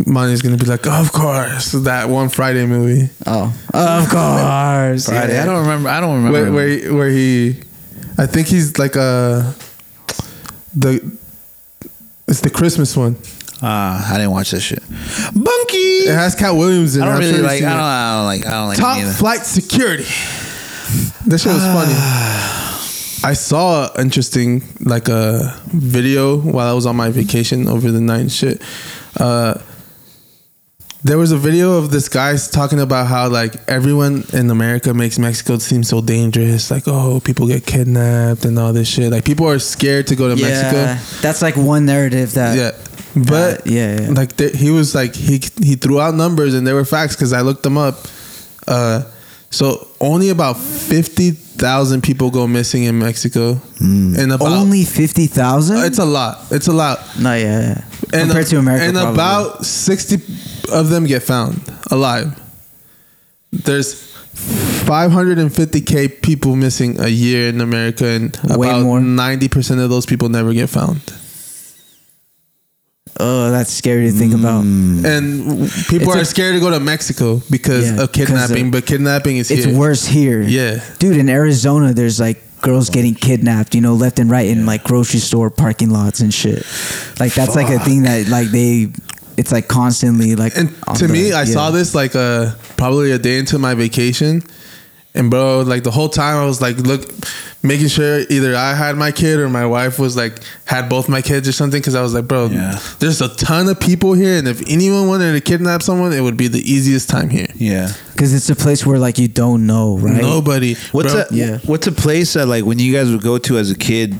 Mine is gonna be like, of course, that one Friday movie Oh, of course. Friday. I don't remember. I don't remember. where, where where he, I think he's like a, the, it's the Christmas one. Ah, I didn't watch that shit. Bunky. It I has Cat Williams in. it. don't I'm sure really you've like. seen I it. don't, I don't like. I don't like. Top any of that. Flight Security. That shit was funny. I saw an interesting like a video while I was on my vacation over the night and shit. Uh, there was a video of this guy talking about how like everyone in America makes Mexico seem so dangerous. Like, oh, people get kidnapped and all this shit. Like, people are scared to go to Mexico. That's like one narrative that. Yeah. But yeah, yeah. like th- he was like he he threw out numbers and they were facts because I looked them up. Uh, so only about fifty thousand people go missing in Mexico, and about Mm. Uh, only fifty thousand. It's a lot. It's a lot. No, yeah, yeah. Compared to America, and probably. about sixty of them get found alive. There's 550k people missing a year in America, and about 90% of those people never get found. Oh, that's scary to think Mm, about. And w- people It's are a- scared to go to Mexico because Yeah, of kidnapping, of- but kidnapping is it's here. worse here. Yeah. Dude, in Arizona, there's like girls getting kidnapped, you know, left and right in like grocery store parking lots and shit. Like that's like a thing that like they, it's like constantly like. And to me, I saw this like uh probably a day into my vacation, and bro, like the whole time I was like, look, making sure either I had my kid or my wife was like had both my kids or something, because I was like, bro, there's a ton of people here, and if anyone wanted to kidnap someone, it would be the easiest time here. Yeah. Because it's a place where like you don't know, right? Nobody. What's bro. a What's a place that like when you guys would go to as a kid,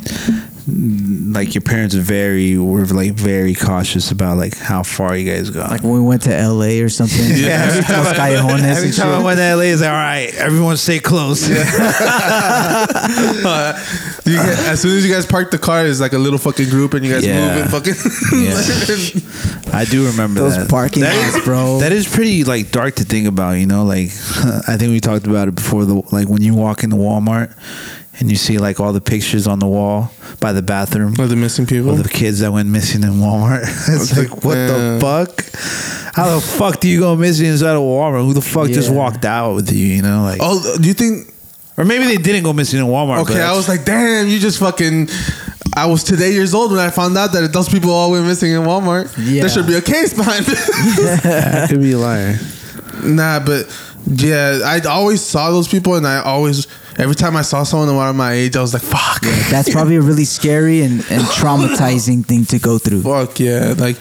like your parents very were like very cautious about like how far you guys go. Like when we went to LA or something. Yeah. Los callejones Every and time I shit. went to LA, it's like, all right, everyone stay close. Uh, you get- as soon as you guys park the car, it's like a little fucking group, and you guys Yeah. move and fucking. I do remember Those that. parking That is- lots, bro. That is pretty like dark to think about, you know. Like I think we talked about it before. The like when you walk into Walmart and you see like all the pictures on the wall by the bathroom of the missing people, of the kids that went missing in Walmart. it's like, what the fuck? How the fuck do you go missing inside of Walmart? Who the fuck just Yeah. walked out with you? You know, like oh, do you think? or maybe they didn't go missing in Walmart. Okay, but I was like, damn, you just fucking. I was today years old when I found out that those people all went missing in Walmart. Yeah. There should be a case behind this. I could be a liar. nah, but yeah, I always saw those people, and I always every time I saw someone around my age, I was like, fuck, That's probably a really scary and, and traumatizing thing to go through. fuck yeah, like.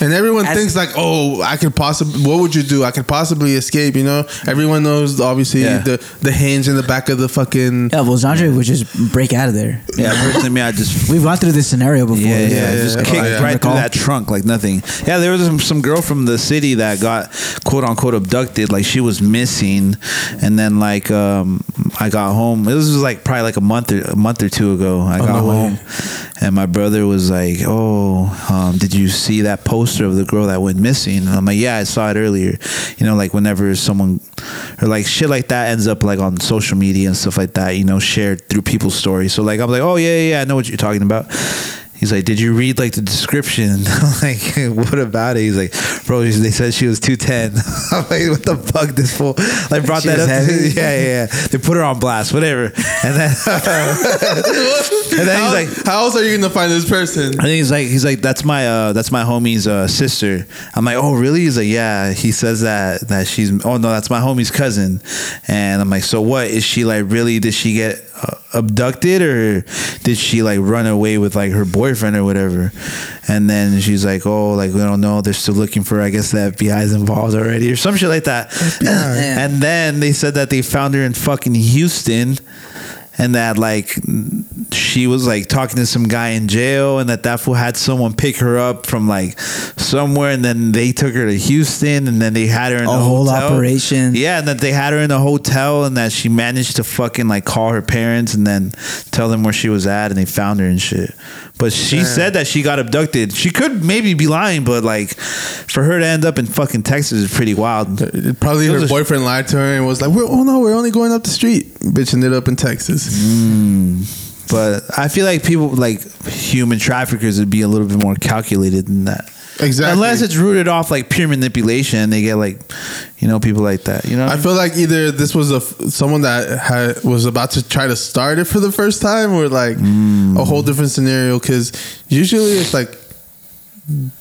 And everyone As- thinks like, oh, I could possibly. What would you do? I could possibly escape. You know, everyone knows obviously Yeah. the the hinge in the back of the fucking. Yeah, well, Andre would just break out of there. Yeah, personally, me, I just We've gone through this scenario before. Yeah, yeah, If just I kicked can right through recall. that trunk like nothing. Yeah, there was some, some girl from the city that got quote unquote abducted. Like she was missing, and then like um, I got home. This was like probably like a month or a month or two ago. I got no way. home, and my brother was like, "Oh, um, did you see that poster of the girl that went missing?" And I'm like, "Yeah, I saw it earlier." You know, like whenever someone or like shit like that ends up like on social media and stuff like that. You know, shared through people's stories. So like I'm like, "Oh yeah, yeah, yeah, I know what you're talking about." He's like, did you read like the description? I'm like, what about it? He's like, bro, they said she was two ten. I'm like, what the fuck, this fool? Like brought She that was up. heavy? yeah, yeah, yeah. They put her on blast, whatever. And then, and then how, he's like, how else are you gonna find this person? and then he's like, he's like, that's my, uh, that's my homie's uh, sister. I'm like, oh really? He's like, yeah. He says that that she's, oh no, that's my homie's cousin. And I'm like, so what? Is she like really? Did she get uh, abducted or did she like run away with like her boyfriend or whatever? And then she's like, oh, like we don't know. They're still looking for. her. I guess the FBI's involved already or some shit like that. and then they said that they found her in fucking Houston and that like she was like talking to some guy in jail and that that fool had someone pick her up from like somewhere and then they took her to Houston and then they had her in A the whole hotel. operation. yeah and that they had her in a hotel and that she managed to fucking like call her parents and then tell them where she was at and they found her and shit but she said that she got abducted she could maybe be lying but like for her to end up in fucking Texas is pretty wild Probably Those her are- boyfriend lied to her and was like, we're, "Oh no, we're only going up the street." Bitch ended up in Texas. But I feel like people like human traffickers would be a little bit more calculated than that. Exactly. Unless it's rooted off like pure manipulation and they get like, you know, people like that. You know, I feel like either this was a f- someone that had, was about to try to start it for the first time, or like a whole different scenario. Because usually it's like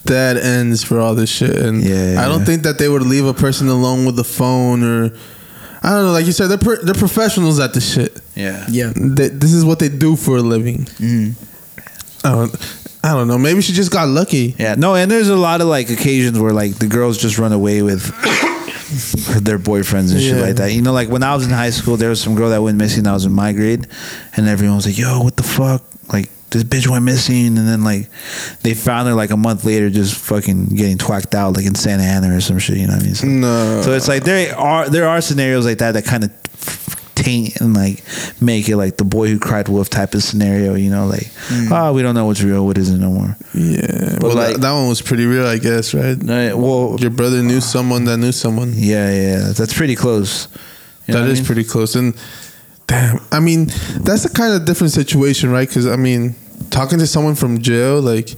dead ends for all this shit, and Yeah. I don't think that they would leave a person alone with the phone or. I don't know, like you said, they're pro- they're professionals at this shit. yeah. Mm. Yeah. They, this is what they do for a living. I don't, I don't know. Maybe she just got lucky. Yeah, no, and there's a lot of like occasions where like the girls just run away with their boyfriends and shit Yeah. like that. You know, like when I was in high school, there was some girl that went missing. I was in my grade, and everyone was like, "Yo, what the fuck?" Like this bitch went missing, and then like they found her like a month later, just fucking getting twacked out like in Santa Ana or some shit. You know what I mean? So, No. so it's like there are there are scenarios like that that kind of taint and like make it like the boy who cried wolf type of scenario. You know, like Mm. oh, we don't know what's real, what isn't no more. Yeah, well, that- that one was pretty real, I guess, right? Well, your brother knew someone that knew someone. Yeah, yeah, that's pretty close. That is pretty close, and damn, I mean, that's a kind of different situation, right? Because I mean, talking to someone from jail, like,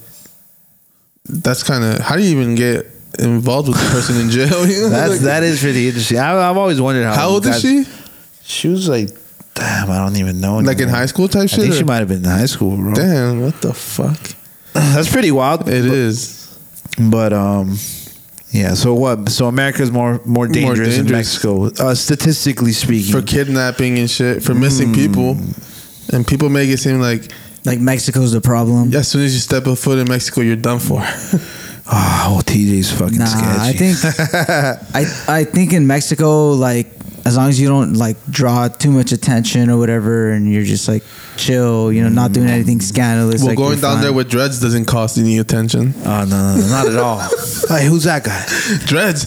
that's kind of how do you even get involved with the person in jail? You know, That's like- that is pretty interesting. I, I've always wondered how. How old is guys- she? She was like, damn, I don't even know. Like in high school type I shit, think or- she might have been in high school, bro. Damn, what the fuck? That's pretty wild. It is. But um, yeah. So what? So America's more more dangerous, than dangerous. Mexico, uh, statistically speaking. for kidnapping and shit, for missing people, and people make it seem like like Mexico's the problem. As soon as you step a foot in Mexico, you're done for. oh, well, TJ's fucking Nah, sketchy. I think I I think in Mexico, like as long as you don't like draw too much attention or whatever, and you're just like chill, you know, not doing Mm. anything scandalous. well, like, going you're down fine. there with dreads doesn't cost any attention. Oh no, no, no not at all. hey, who's that guy? Dreads,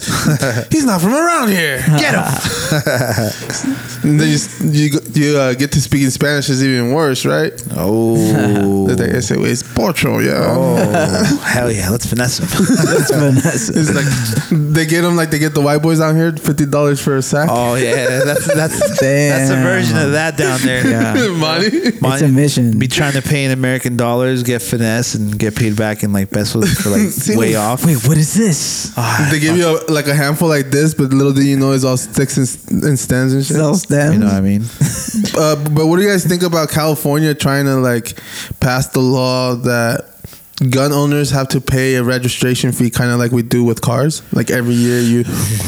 he's not from around here. Get him. and then you s- you, go- you uh, get to speak in Spanish is even worse, right? Oh, they say it's Porcho, yeah. Oh, hell yeah, let's finesse him. That's Vanessa. It's like they get them like they get the white boys out here, fifty dollars for a sack. Oh yeah, that's that's Damn. that's a version of that down there. Yeah. money. It's a mission. Be trying to pay in American dollars, get finesse, and get paid back in like pesos for like way off. Wait, what is this? Ah, They give you a, like a handful like this, but little do you know it's all sticks and, s- and stands and shit. Sell stems. you know what I mean? Uh, but what do you guys think about California trying to like pass the law that gun owners have to pay a registration fee, kind of like we do with cars? Like every year, you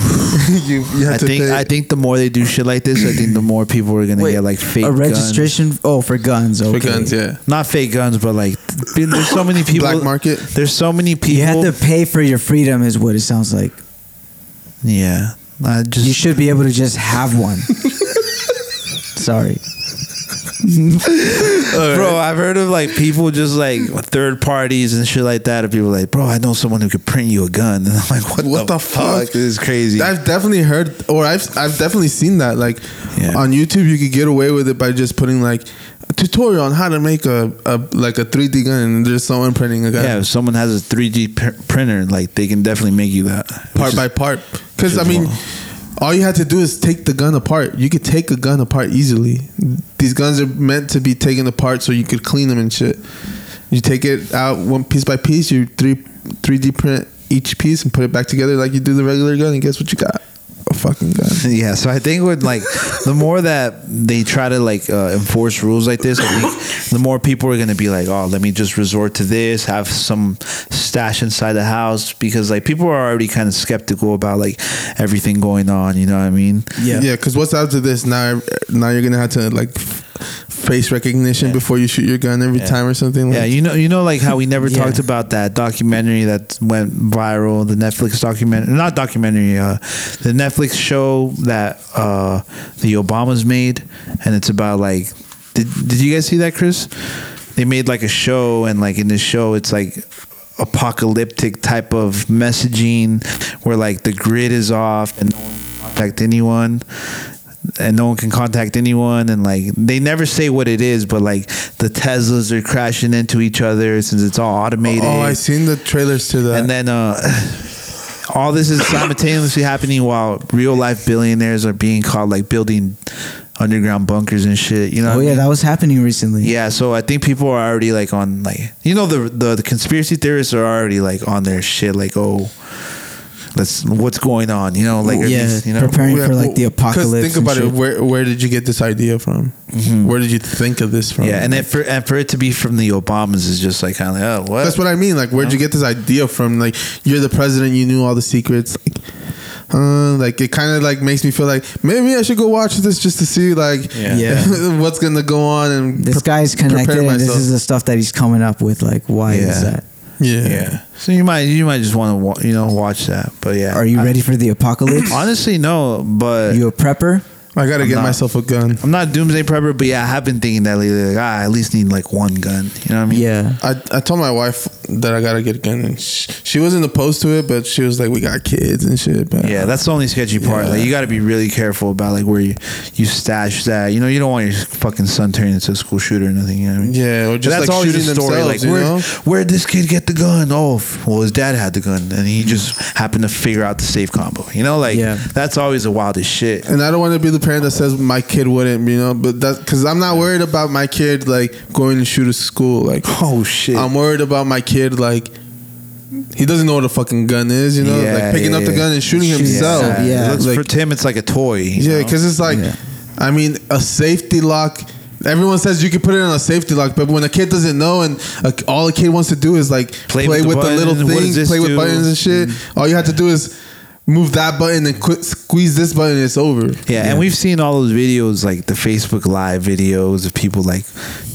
you, you have I to think pay. I think the more they do shit like this, I think the more people are gonna Wait, get like fake a guns. registration. Oh, for guns. Okay. for guns, yeah. Not fake guns, but like dude, there's so many people. Black market? There's so many people. You have to pay for your freedom, is what it sounds like. yeah. I just You should be able to just have one. Sorry. Bro, I've heard of like people just like third parties and shit like that. And people like, bro, I know someone who could print you a gun. And I'm like, what, What the, the fuck? fuck? This is crazy. I've definitely heard, or I've I've definitely seen that. Like Yeah. on YouTube, you could get away with it by just putting like a tutorial on how to make a, a like a 3D gun, and there's someone printing a gun. yeah, if someone has a 3D pr- printer, like they can definitely make you that part Which by is- part. Because which I is mean, wild. all you had to do is take the gun apart. You could take a gun apart easily. These guns are meant to be taken apart so you could clean them and shit. You take it out one piece by piece. You three three D print each piece and put it back together like you do the regular gun. And guess what you got? A fucking gun. Yeah, so I think with like the more that they try to like uh, enforce rules like this, I think the more people are gonna be like, oh, let me just resort to this, have some stash inside the house because like people are already kind of skeptical about like everything going on. You know what I mean? Yeah. Yeah, because what's after this now? Now you're gonna have to like f- face recognition before you shoot your gun every time or something. Like, Yeah, you know, you know, like how we never Yeah. talked about that documentary that went viral, the Netflix documentary, not documentary, uh, the Netflix show that uh, the Obamas made, and it's about like, did did you guys see that, Chris? They made like a show, and like in this show, it's like apocalyptic type of messaging where like the grid is off and no one can contact anyone and no one can contact anyone and like they never say what it is but like the teslas are crashing into each other since it's all automated oh, I seen the trailers to that. and then uh all this is simultaneously happening while real life billionaires are being called like building underground bunkers and shit you know Oh what I yeah, mean? that was happening recently. Yeah, so I think people are already like on like you know the the, the conspiracy theorists are already like on their shit like oh let's what's going on you know like are Yeah, these- you know preparing Yeah, for like the well, 'cause apocalypse. Think about and it. shit. Mm-hmm. Where where did you get this idea from? Where did you think of this from? yeah and then for and for it to be from the Obamas is just like kind of like, oh what that's what I mean. Like, where'd you get this idea from? Like, you're the president. You knew all the secrets. Like, uh, like it kind of like makes me feel like maybe I should go watch this just to see like Yeah. Yeah. what's gonna go on and This pre- guy's connected, prepare and this myself. is the stuff that he's coming up with. Like, why Yeah. is that? yeah. yeah so you might you might just want to wa- you know watch that but yeah Are you I- ready for the apocalypse? honestly no but you a prepper? I gotta I'm get not- myself a gun. I'm not a doomsday prepper but yeah I have been thinking that lately like ah, I at least need like one gun you know what I mean Yeah. I I told my wife that I gotta get a gun. And she, she wasn't opposed to it, but she was like, "We got kids and shit." But Yeah, that's the only sketchy part. Yeah. Like you got to be really careful about like where you, you stash that. You know, you don't want your fucking son turning into a school shooter or nothing. You know what I mean? Yeah, or But just, like, always the shooting themselves, you where know? where did this kid get the gun? Oh, f- well, his dad had the gun, Mm. and he just happened to figure out the safe combo. You know, like that's always the wildest shit. And I don't want to be the parent that says my kid wouldn't, you know, but that because I'm not worried about my kid like going to shoot a school. Like, oh shit, I'm worried about my kid like he doesn't know what a fucking gun is, you know, Yeah, like picking yeah, up the yeah. gun and shooting himself. Yeah, It looks- Like, for Tim, it's like a toy. you yeah, know? because it's like, I mean, a safety lock. Everyone says you can put it on a safety lock, but when a kid doesn't know and a, all a kid wants to do is like play, with the with, the, button, little what does thing, this play with do? Mm-hmm. buttons and shit, all you have to do is move that button and qu- squeeze this button, and it's over. Yeah, and we've seen all those videos, like the Facebook Live videos of people like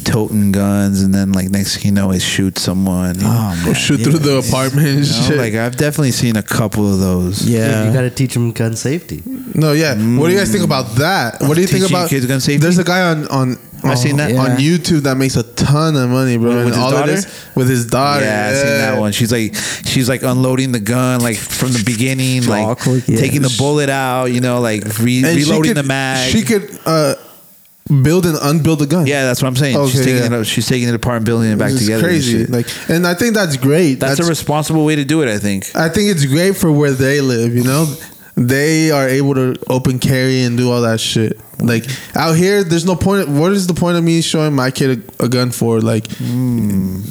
toting guns, and then like next thing you know, it shoots someone. Oh, Or man, shoot through the apartment and shit. Like I've definitely seen a couple of those. you gotta teach him gun safety. No, yeah. What do you guys mm. think about that? What do you think Teaching about kids gun safety? There's a guy on on I seen that. on Yeah. YouTube that makes a ton of money, bro. With and his all daughter? it is with his daughter. yeah, I've seen that one. She's like, she's like unloading the gun, like from the beginning, like taking the bullet out, you know, like re- And she reloading could- the mag. She could uh, build and unbuild a gun. yeah, that's what I'm saying. Okay, she's taking yeah. it up. She's taking it apart and building it back This is together. and crazy. shit. Like, and I think that's great. that's, a responsible way to do it. I think. I think it's great for where they live. You know, they are able to open carry and do all that shit. Like out here, there's no point. What is the point of me showing my kid a, a gun for? Like, like I Hmm.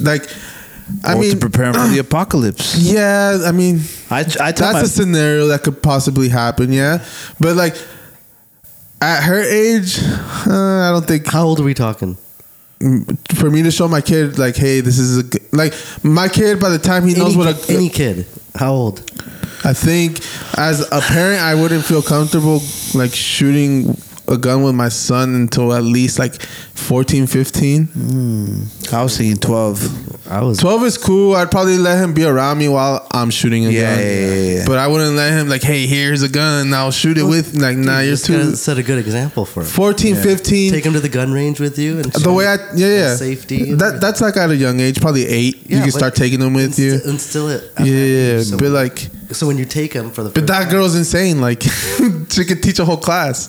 Or mean, to prepare 'em for the apocalypse. Yeah, I mean, I, I that's a scenario that could possibly happen. Yeah, but like at her age, uh, I don't think. How old are we talking? For me to show my kid, like, hey, this is a g-, like my kid. By the time he knows Any what kid- a any kid, how old? I think as a parent, I wouldn't feel comfortable like shooting a gun with my son until at least like 14, 15. I was thinking 12. I was 12 is cool. I'd probably let him be around me while I'm shooting a Yeah, gun. yeah, yeah, yeah. But I wouldn't let him like, hey, here's a gun and I'll shoot it with. Like, nah, you're Just gotta too. set a good example for him. 14, 15. Take him to the gun range with you, and The way I yeah yeah safety and that that's like at a young age probably eight Yeah, you can but start taking them with you instill it. yeah yeah So- but like So when you take him for the but first that girl's insane like she could teach a whole class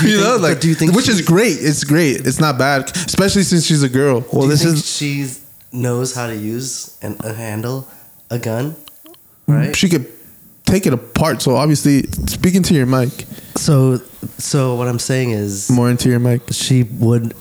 Do you, know, think- like, do you think which is she- great. It's great. It's not bad, especially since she's a girl. do you think she knows how to use and uh, handle a gun. right? She could take it apart. So obviously, speaking to your mic, So, so what I'm saying is more into your mic. She would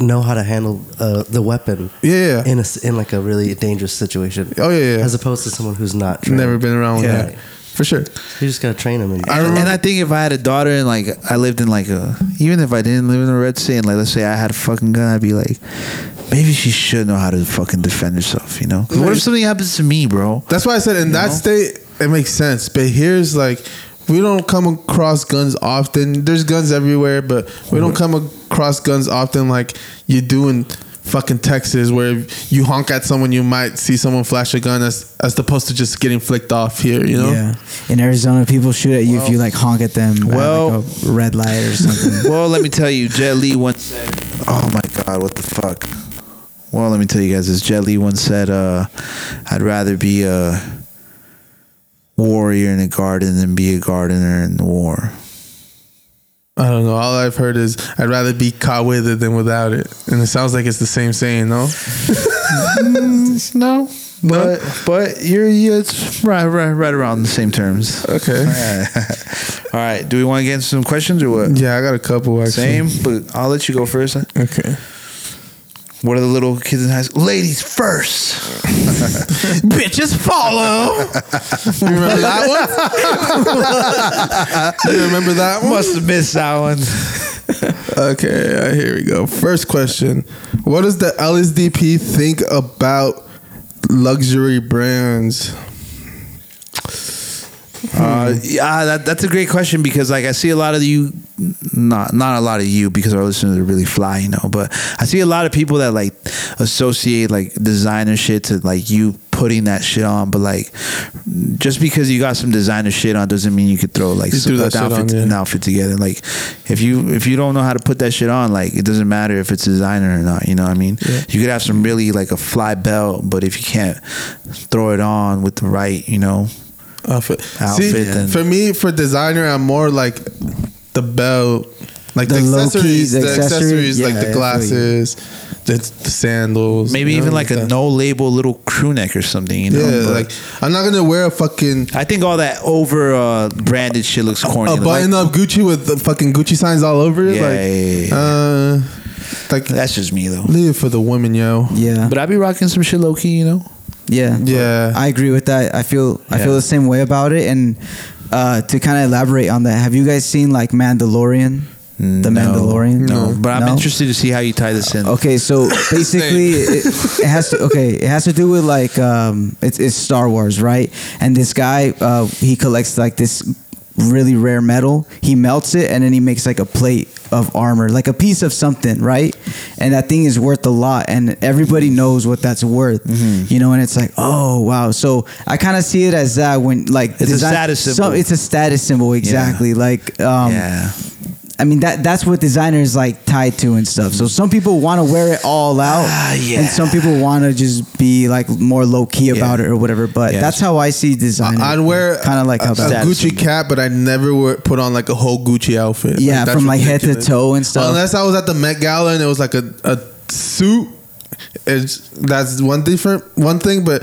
know how to handle uh, the weapon. Yeah, in a s in like a really dangerous situation. Oh yeah, yeah. As opposed to someone who's not trained. never been around with Yeah. that for sure. You just gotta train them. And, And- and I think if I had a daughter and like I lived in like a even if I didn't live in a red state and like let's say I had a fucking gun, I'd be like, maybe she should know how to fucking defend herself, you know? 'Cause What if something happens to me, bro? That's why I said in that state it makes sense. But here's like we don't come across guns often. There's guns everywhere, but we don't come across guns often like you do in fucking Texas where if you honk at someone you might see someone flash a gun as as opposed to just getting flicked off here, you know? Yeah. In Arizona, people shoot at you if you like honk at them well, Well- at like a red light or something. well, let me tell you, Jet Li once said, "Oh my God, what the fuck." Well, let me tell you guys this. Jet Li once said, uh, "I'd rather be a warrior in a garden than be a gardener in the war." I don't know. All I've heard is I'd rather be caught with it than without it. And it sounds like it's the same saying, no? no. But but you're you, it's right right right around the same terms. Okay. All right. Do we want to get into some questions or what? Yeah, I got a couple actually. Same, but I'll let you go first. Okay. What are the little kids in high school? Ladies first. Bitches follow. you remember that one? you remember that one? Must have missed that one. okay, uh, here we go. First question What does the LSDP think about luxury brands? Uh, yeah, that, that's a great question because like I see a lot of you, not not a lot of you because our listeners are really fly, you know. But I see a lot of people that like associate like designer shit to like you putting that shit on, but like, just because you got some designer shit on doesn't mean you could throw like You threw some- that shit outfit, on, yeah. an outfit together. Like, if you if you don't know how to put that shit on, like, it doesn't matter if it's designer or not. You know what I mean? You could have some really like a fly belt, but if you can't throw it on with the right, you know, outfit, outfit, See, then for me, for designer, I'm more like the belt, like the, The low key, accessories, the the, accessory- accessories, like yeah, the yeah, glasses, the, the sandals, maybe you know, even like a that. no label little crew neck or something. You know, Yeah, But like I'm not gonna wear a fucking. I think all that over uh, branded shit looks corny. a Like- button up Gucci with the fucking Gucci signs all over it. Yeah, like, yeah, yeah. Uh, like that's just me though. Leave it for the women, yo. Yeah, but I be rocking some shit low key, you know. Yeah. Yeah. I agree with that. I feel I feel the same way about it. And uh, to kind of elaborate on that, have you guys seen like Mandalorian? The Mandalorian. Mm, No, but I'm No? interested to see how you tie this in. Okay, so basically, it, it has to. Okay, it has to do with like um, it's it's Star Wars, right? And this guy, uh, he collects like this really rare metal. He melts it, and then he makes like a plate of armor, like a piece of something, right? And that thing is worth a lot, and everybody knows what that's worth, Mm-hmm. you know. And it's like, oh wow. So I kind of see it as that when like It's a status so- symbol. it's a status symbol, exactly. Like, um, I mean that that's what designers like tied to and stuff. So some people want to wear it all out, Ah, and some people want to just be like more low key about it or whatever. But that's how I see design. I'd wear kind of like a, how a that- Gucci cap, but I never wear, put on like a whole Gucci outfit. Yeah, that's from, like, head to ridiculous. toe and stuff. Unless I was at the Met Gala and it was like a, a suit, it's that's one different one thing. But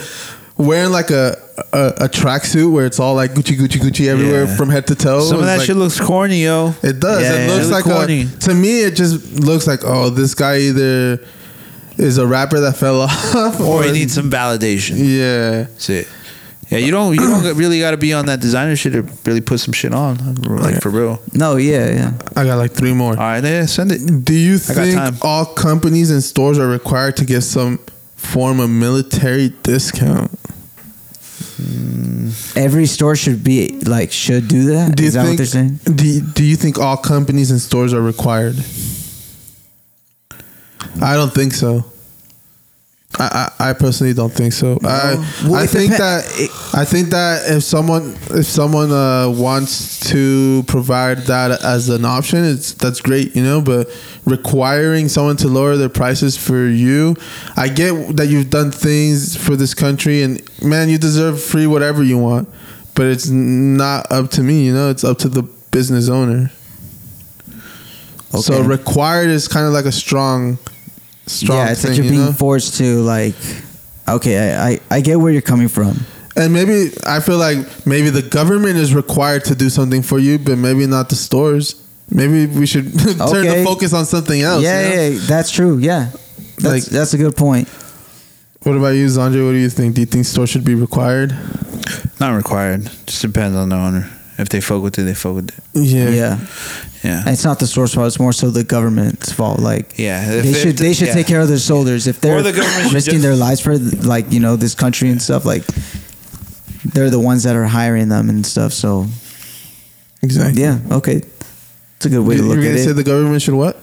wearing like a a, a tracksuit where it's all like Gucci, Gucci, Gucci everywhere Yeah. from head to toe. Some of is, that like- shit looks corny, yo. It does. Yeah, it yeah, looks it like looks corny. a. To me, it just looks like oh, this guy either is a rapper that fell off, or he needs some validation. Yeah, that's it. Yeah, you don't you don't really got to be on that designer shit to really put some shit on, like for real. No, yeah, yeah. I got like three more. All right, yeah, send it. Do you I got time. think all companies and stores are required to give some form of military discount? Every store should be like should do that. Is Do you that think? what they're saying? Do you, Do you think all companies and stores are required? I don't think so. I, I, I personally don't think so. I Well, I it think depen- that I think that if someone if someone uh, wants to provide that as an option, it's that's great, you know. But requiring someone to lower their prices for you, I get that you've done things for this country, and man, you deserve free whatever you want. But it's not up to me, you know. It's up to the business owner. So Okay. required is kind of like a strong, strong. yeah, it's thing, like you're you being know? forced to like. Okay, I, I I get where you're coming from. And maybe I feel like maybe the government is required to do something for you, but maybe not the stores. Maybe we should turn Okay. the focus on something else. yeah, you know? yeah, that's true. Yeah, that's Oh, Like- that's a good point. What about you, Zandre? What do you think? Do you think stores should be required? Not required. Just depends on the owner. If they fuck with it, they fuck with it. Yeah, yeah, Yeah. And it's not the source fault; it's more so the government's fault. Like, Yeah, if- they if should the- they should yeah. take care of their soldiers if they're Or the government should risking just- their lives for like you know this country and stuff. Like, they're the ones that are hiring them and stuff. So, exactly. Yeah, okay, it's a good way to You're look gonna at say it. the government should what?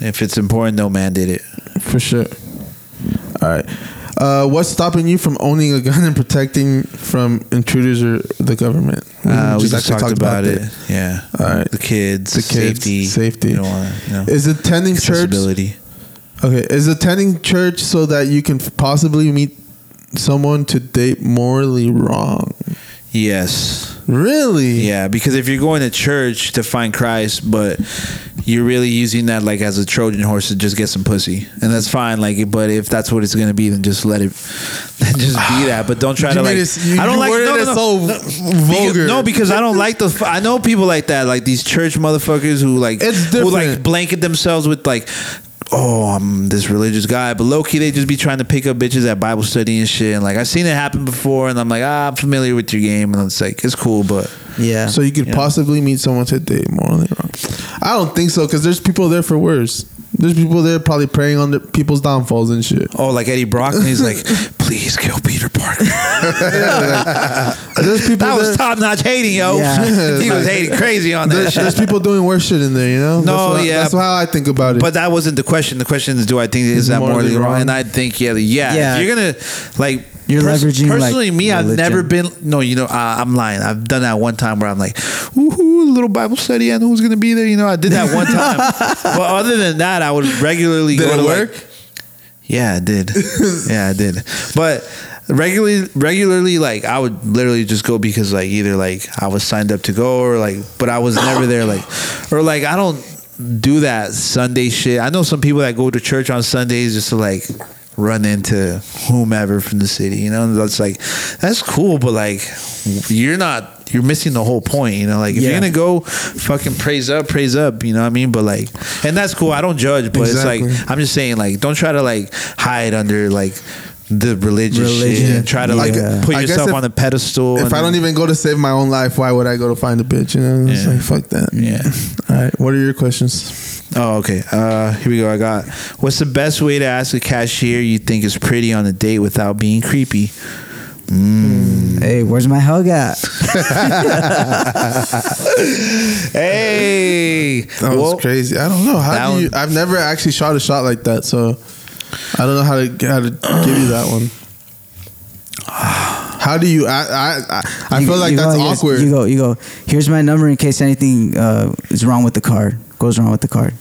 If it's important, no man did it. For sure. All right. Uh, what's stopping you from owning a gun and protecting from intruders or the government? Uh, we Mm-hmm. just just actually talked about it. Yeah. All right. The kids, The kids, safety, safety. You don't wanna, you know, Is attending church accessibility. Okay, is attending church so that you can possibly meet someone to date morally wrong? Yes. Really? Yeah, because if you're going to church to find Christ, but you're really using that like as a Trojan horse to just get some pussy, and that's fine. Like, but if that's what it's gonna be, then just let it, then just be that. But don't try You to made like. it- you- I don't you like worded no, no, it no, so no, vulgar. Because, no, because I don't like the. f- I know people like that, like these church motherfuckers who like It's who like different. blanket themselves with like. Oh, I'm this religious guy, but low key they just be trying to pick up bitches at Bible study and shit. And like I've seen it happen before, and I'm like, ah, I'm familiar with your game, and it's like it's cool, but Yeah. So you could Yeah. possibly meet someone to date morally wrong. I don't think so because there's people there for worse. There's people there probably preying on the people's downfalls and shit. Oh, like Eddie Brock, and he's like, please kill Peter Parker. There's people that there- was top notch hating, yo. Yeah. he was hating crazy on that There's, shit. there's people doing worse shit in there, you know. No, that's what- yeah. that's how I think about it. But that wasn't the question. The question is, do I think is It's that morally morally wrong? wrong. And I think, yeah, yeah. Yeah. If you're gonna like You're leveraging, like, personally me. I've religion. never been. No, you know, I, I'm lying. I've done that one time where I'm like, ooh, a little Bible study. I know who's gonna be there. You know, I did that one time. but other than that, I would regularly Did go it to work? Like, yeah, I did. yeah, I did. But regularly, regularly, like I would literally just go because like either like I was signed up to go or like, but I was never there. Like, or like I don't do that Sunday shit. I know some people that go to church on Sundays just to like run into whomever from the city. You know, and that's like that's cool, but like you're not. You're missing the whole point, you know. Like if Yeah. you're gonna go, fucking praise up, praise up. You know what I mean? But like, and that's cool. I don't judge, but it's Exactly. like I'm just saying, like, don't try to like hide under like the religious shit Religion, and try to like yeah. put I guess yourself if- on the pedestal. If and I don't even go to save my own life, why would I go to find a bitch? You know, it's Yeah. like fuck that. Yeah. All right. What are your questions? Oh, okay. Uh, here we go. I got. What's the best way to ask a cashier you think is pretty on a date without being creepy? Mm. Hey, where's my hug at? hey, That was crazy. I don't know That how do one- you. I've never actually shot a shot like that, so I don't know how to how to give you that one. How do you? I I I, I You- feel like you that's go, yes, awkward. You go, you go. Here's my number in case anything uh, is wrong with the card. Goes wrong with the card,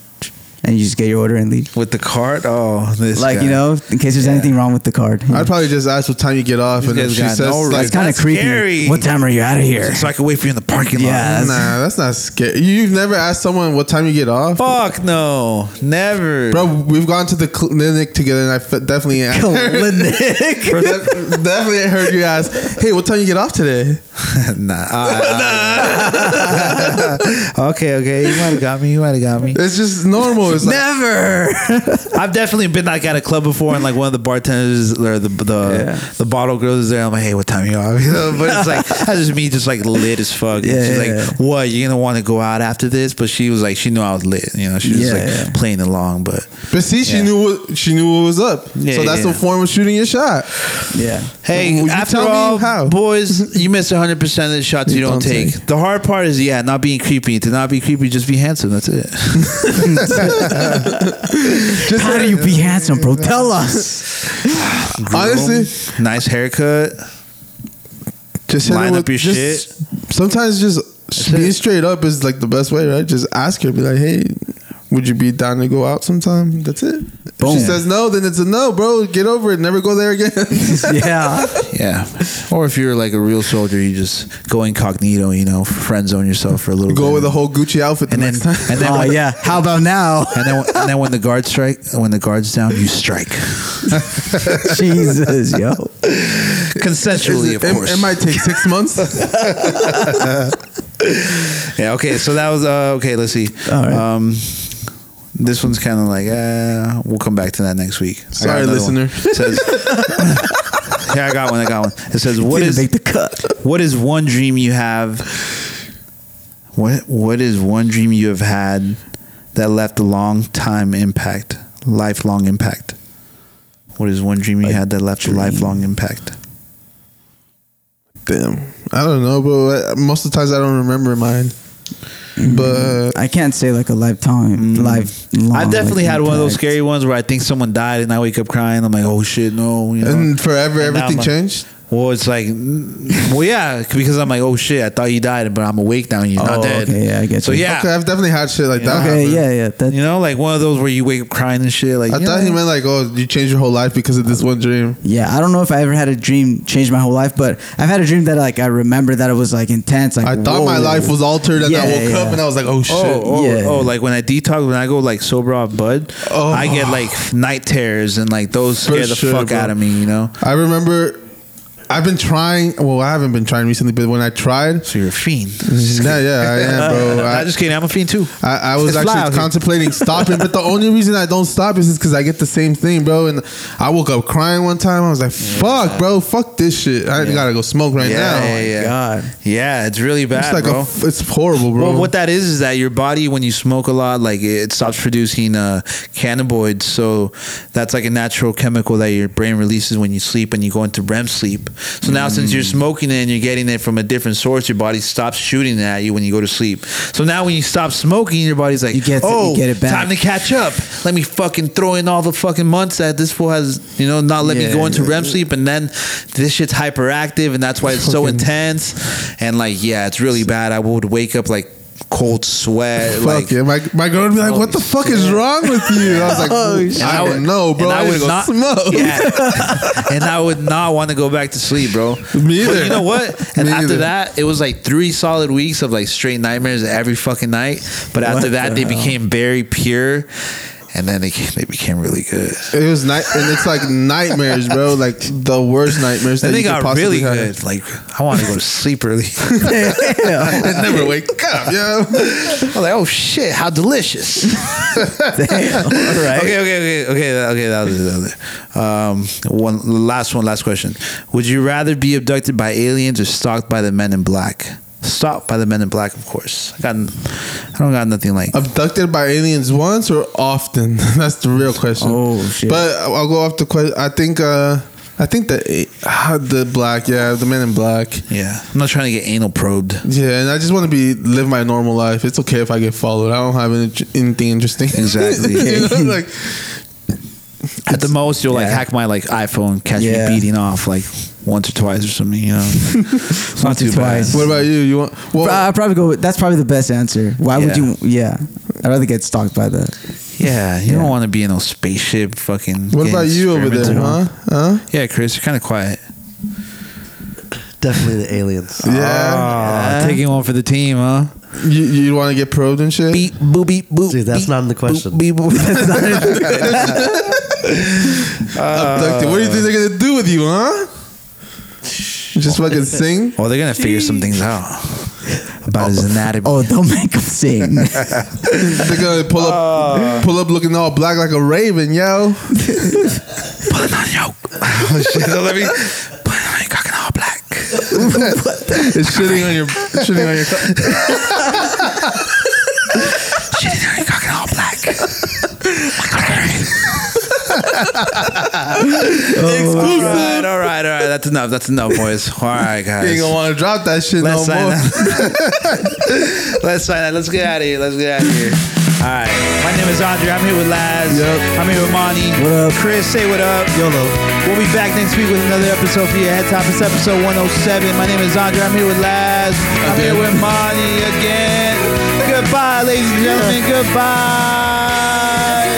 and you just get your order and leave. With the card? Oh, this like guy. you know, in case there's anything wrong with the card. I'd probably just ask what time you get off, These and if guys she got says no like, That's kind of creepy. scary. What time are you out of here? So I can wait for you in the parking Yeah, lot. nah, that's not scary. You've never asked someone what time you get off, Fuck no, never, bro. We've gone to the clinic together, and I fe- definitely ain't- Clinic. Bro, def- definitely ain't heard you ask, "Hey, what time you get off today?" nah. Uh, uh, okay, okay. You might have got me. You might have got me. It's just normal. It's like, Never. I've definitely been like at a club before, and like one of the bartenders or the the, the bottle girls is there. I'm like, hey, what time you are? You know, but it's like that's just me, just like lit as fuck. Yeah, and she's yeah, like, yeah. what? You're gonna want to go out after this? But she was like, she knew I was lit. You know, she was Yeah, like yeah. playing along. But but see, she Yeah. knew what she knew what was up. Yeah, so that's yeah. a form of shooting your shot. yeah. hey, Well, you after tell me all, how. boys, you miss 100 percent of the shots you, You don't don't take. The hard part is, yeah, not being creepy. To not be creepy, just be handsome. That's it. Just How do you be handsome, bro? Tell us. Honestly, Groom, nice haircut. just hit her line up with- your just- Sometimes just being it. straight up is like the best way, right? Just ask her, be like, "Hey, would you be down to go out sometime?" That's it. If Boom. she says no, then it's a no, bro. Get over it. Never go there again. yeah. Yeah. Or if you're like a real soldier, you just go incognito, you know, friend zone yourself for a little go bit. with a whole Gucci outfit the and then, next time. and then, oh when, yeah. How about now? and then, and then when the guards strike, when the guards down, you strike Jesus, yo. consensually, of It- course. It, might take six months. yeah. Okay. So that was uh, okay. Let's see. All right. Um, this one's kind of like uh, we'll come back to that next week. I got Sorry, another one. listener. It says, yeah, I got one. I got one. It says, "What Didn't is make the cut? What is one dream you have? What What is one dream you have had that left a long time impact, lifelong impact? What is one dream you had that left a lifelong impact? Damn, I don't know, but uh, most of the times I don't remember mine. Mm-hmm. But I can't say like a lifetime, life. I've definitely had one of those scary ones where I think someone died and I wake up crying. I'm like, oh shit, no, you know. and forever, And now everything my- changed. well, it's like, well, yeah, because I'm like, oh shit, I thought you died, but I'm awake now and you're not Oh, dead. okay, yeah, I get So you. yeah, Okay, I've definitely had shit like that. Okay, happen. yeah, yeah. That, you know, like one of those where you wake up crying and shit. Like I you thought know? he meant like, oh, you changed your whole life because of this one dream. Yeah, I don't know if I ever had a dream change my whole life, but I've had a dream that like I remember that it was like intense. Like I thought my whoa. life was altered, and I Yeah, woke yeah. up and I was like, oh shit. Oh, oh, Yeah. oh, like when I detox, when I go like sober off bud, Oh. I get like night terrors and like those For scare the sure, fuck bro. out of me, you know? I remember. I've been trying. Well, I haven't been trying recently, but when I tried, So you're a fiend. yeah, yeah, I am, bro. Nah, I, just kidding. I'm a fiend too. I, I was It's fly out actually here. contemplating stopping, but the only reason I don't stop is because I get the same thing, bro. And I woke up crying one time. I was like, "Fuck, bro, fuck this shit. I gotta go smoke right now." yeah, yeah. God. Yeah, it's really bad, It's like bro. a, f- it's horrible, bro. Well, what that is is that your body, when you smoke a lot, like it stops producing uh, cannabinoids. So that's like a natural chemical that your brain releases when you sleep and you go into REM sleep. So now, since Mm. you're smoking it and you're getting it from a different source, your body stops shooting at you when you go to sleep. So now, when you stop smoking, your body's like, get- you oh, get it back." time to catch up. Let me fucking throw in all the fucking months that this fool has, you know, not let me Yeah. go into REM sleep. And then this shit's hyperactive and that's why it's so intense. And like, yeah, it's really bad. I would wake up like cold sweat. Fuck like, yeah. My, my girl would be like, what the fuck is wrong with you? I was like, I don't know, bro. I, would not smoke. Yeah. and I would not want to go back to sleep, bro. Me But either. you know what? And Me after either. that, it was like three solid weeks of like straight nightmares every fucking night. But after What that, the they hell? became very pure, and then they came, they became really good. It was night, and it's like nightmares, bro. Like the worst nightmares. Then that they you could got possibly really have. good. Like I want to go to sleep early. I never wake up, yo. I'm like, oh shit, how delicious. Damn. All right. Okay, okay, okay, okay, okay. That was it. That was it. Um, one last one, last question. Would you rather be abducted by aliens or stalked by the Men in Black? Stalked by the Men in Black, of course. I got, I don't got nothing like. Abducted by aliens once or often? That's the real question. Oh shit! But I'll go off the question. I think. uh I think the uh, the black, yeah, the men in black. Yeah, I'm not trying to get anal probed. Yeah, and I just want to be live my normal life. It's okay if I get followed. I don't have any, anything interesting. Exactly. You know, like At the most, you'll like hack my like iPhone, catch Yeah. me beating off like once or twice or something. You know, It's not Once or too bad. twice. What about you? You want? Well, I probably go. With, that's probably the best answer. Why would Yeah. you? Yeah, I'd rather get stalked by the. Yeah, you don't want to be in no spaceship, fucking. what getting about you over there, experimented huh? on. Huh? Yeah, Chris, you're kind of quiet. Definitely the aliens. Yeah. Aw, taking one for the team, huh? You you want to get probed and shit? Beep, boop, beep, boop. Dude, that's not in the question. Beep, boop. Abducted. what do you think they're gonna do with you, huh? Just fucking sing. well, they're gonna figure some things out about his anatomy. Oh, don't make them sing. They're gonna pull up, pull up looking all black like a raven, yo. Put it on your. oh shit! Don't let me. Put it on your cock and all black. It's shitting on your, shitting on your. Shit, it's on your cock and all black. Like a raven. all right, all right, all right. That's enough. That's enough, boys. All right, guys. You ain't gonna want to drop that shit Let's no sign more. up. Let's sign up. Let's get out of here. Let's get out of here. All right. My name is Andre. I'm here with Laz. Yep. I'm here with Monty. What up? Chris, say what up. YOLO. We'll be back next week with another episode for your head top. It's episode 107. My name is Andre. I'm here with Laz. I'm here with Monty again. Goodbye, ladies and gentlemen. Goodbye.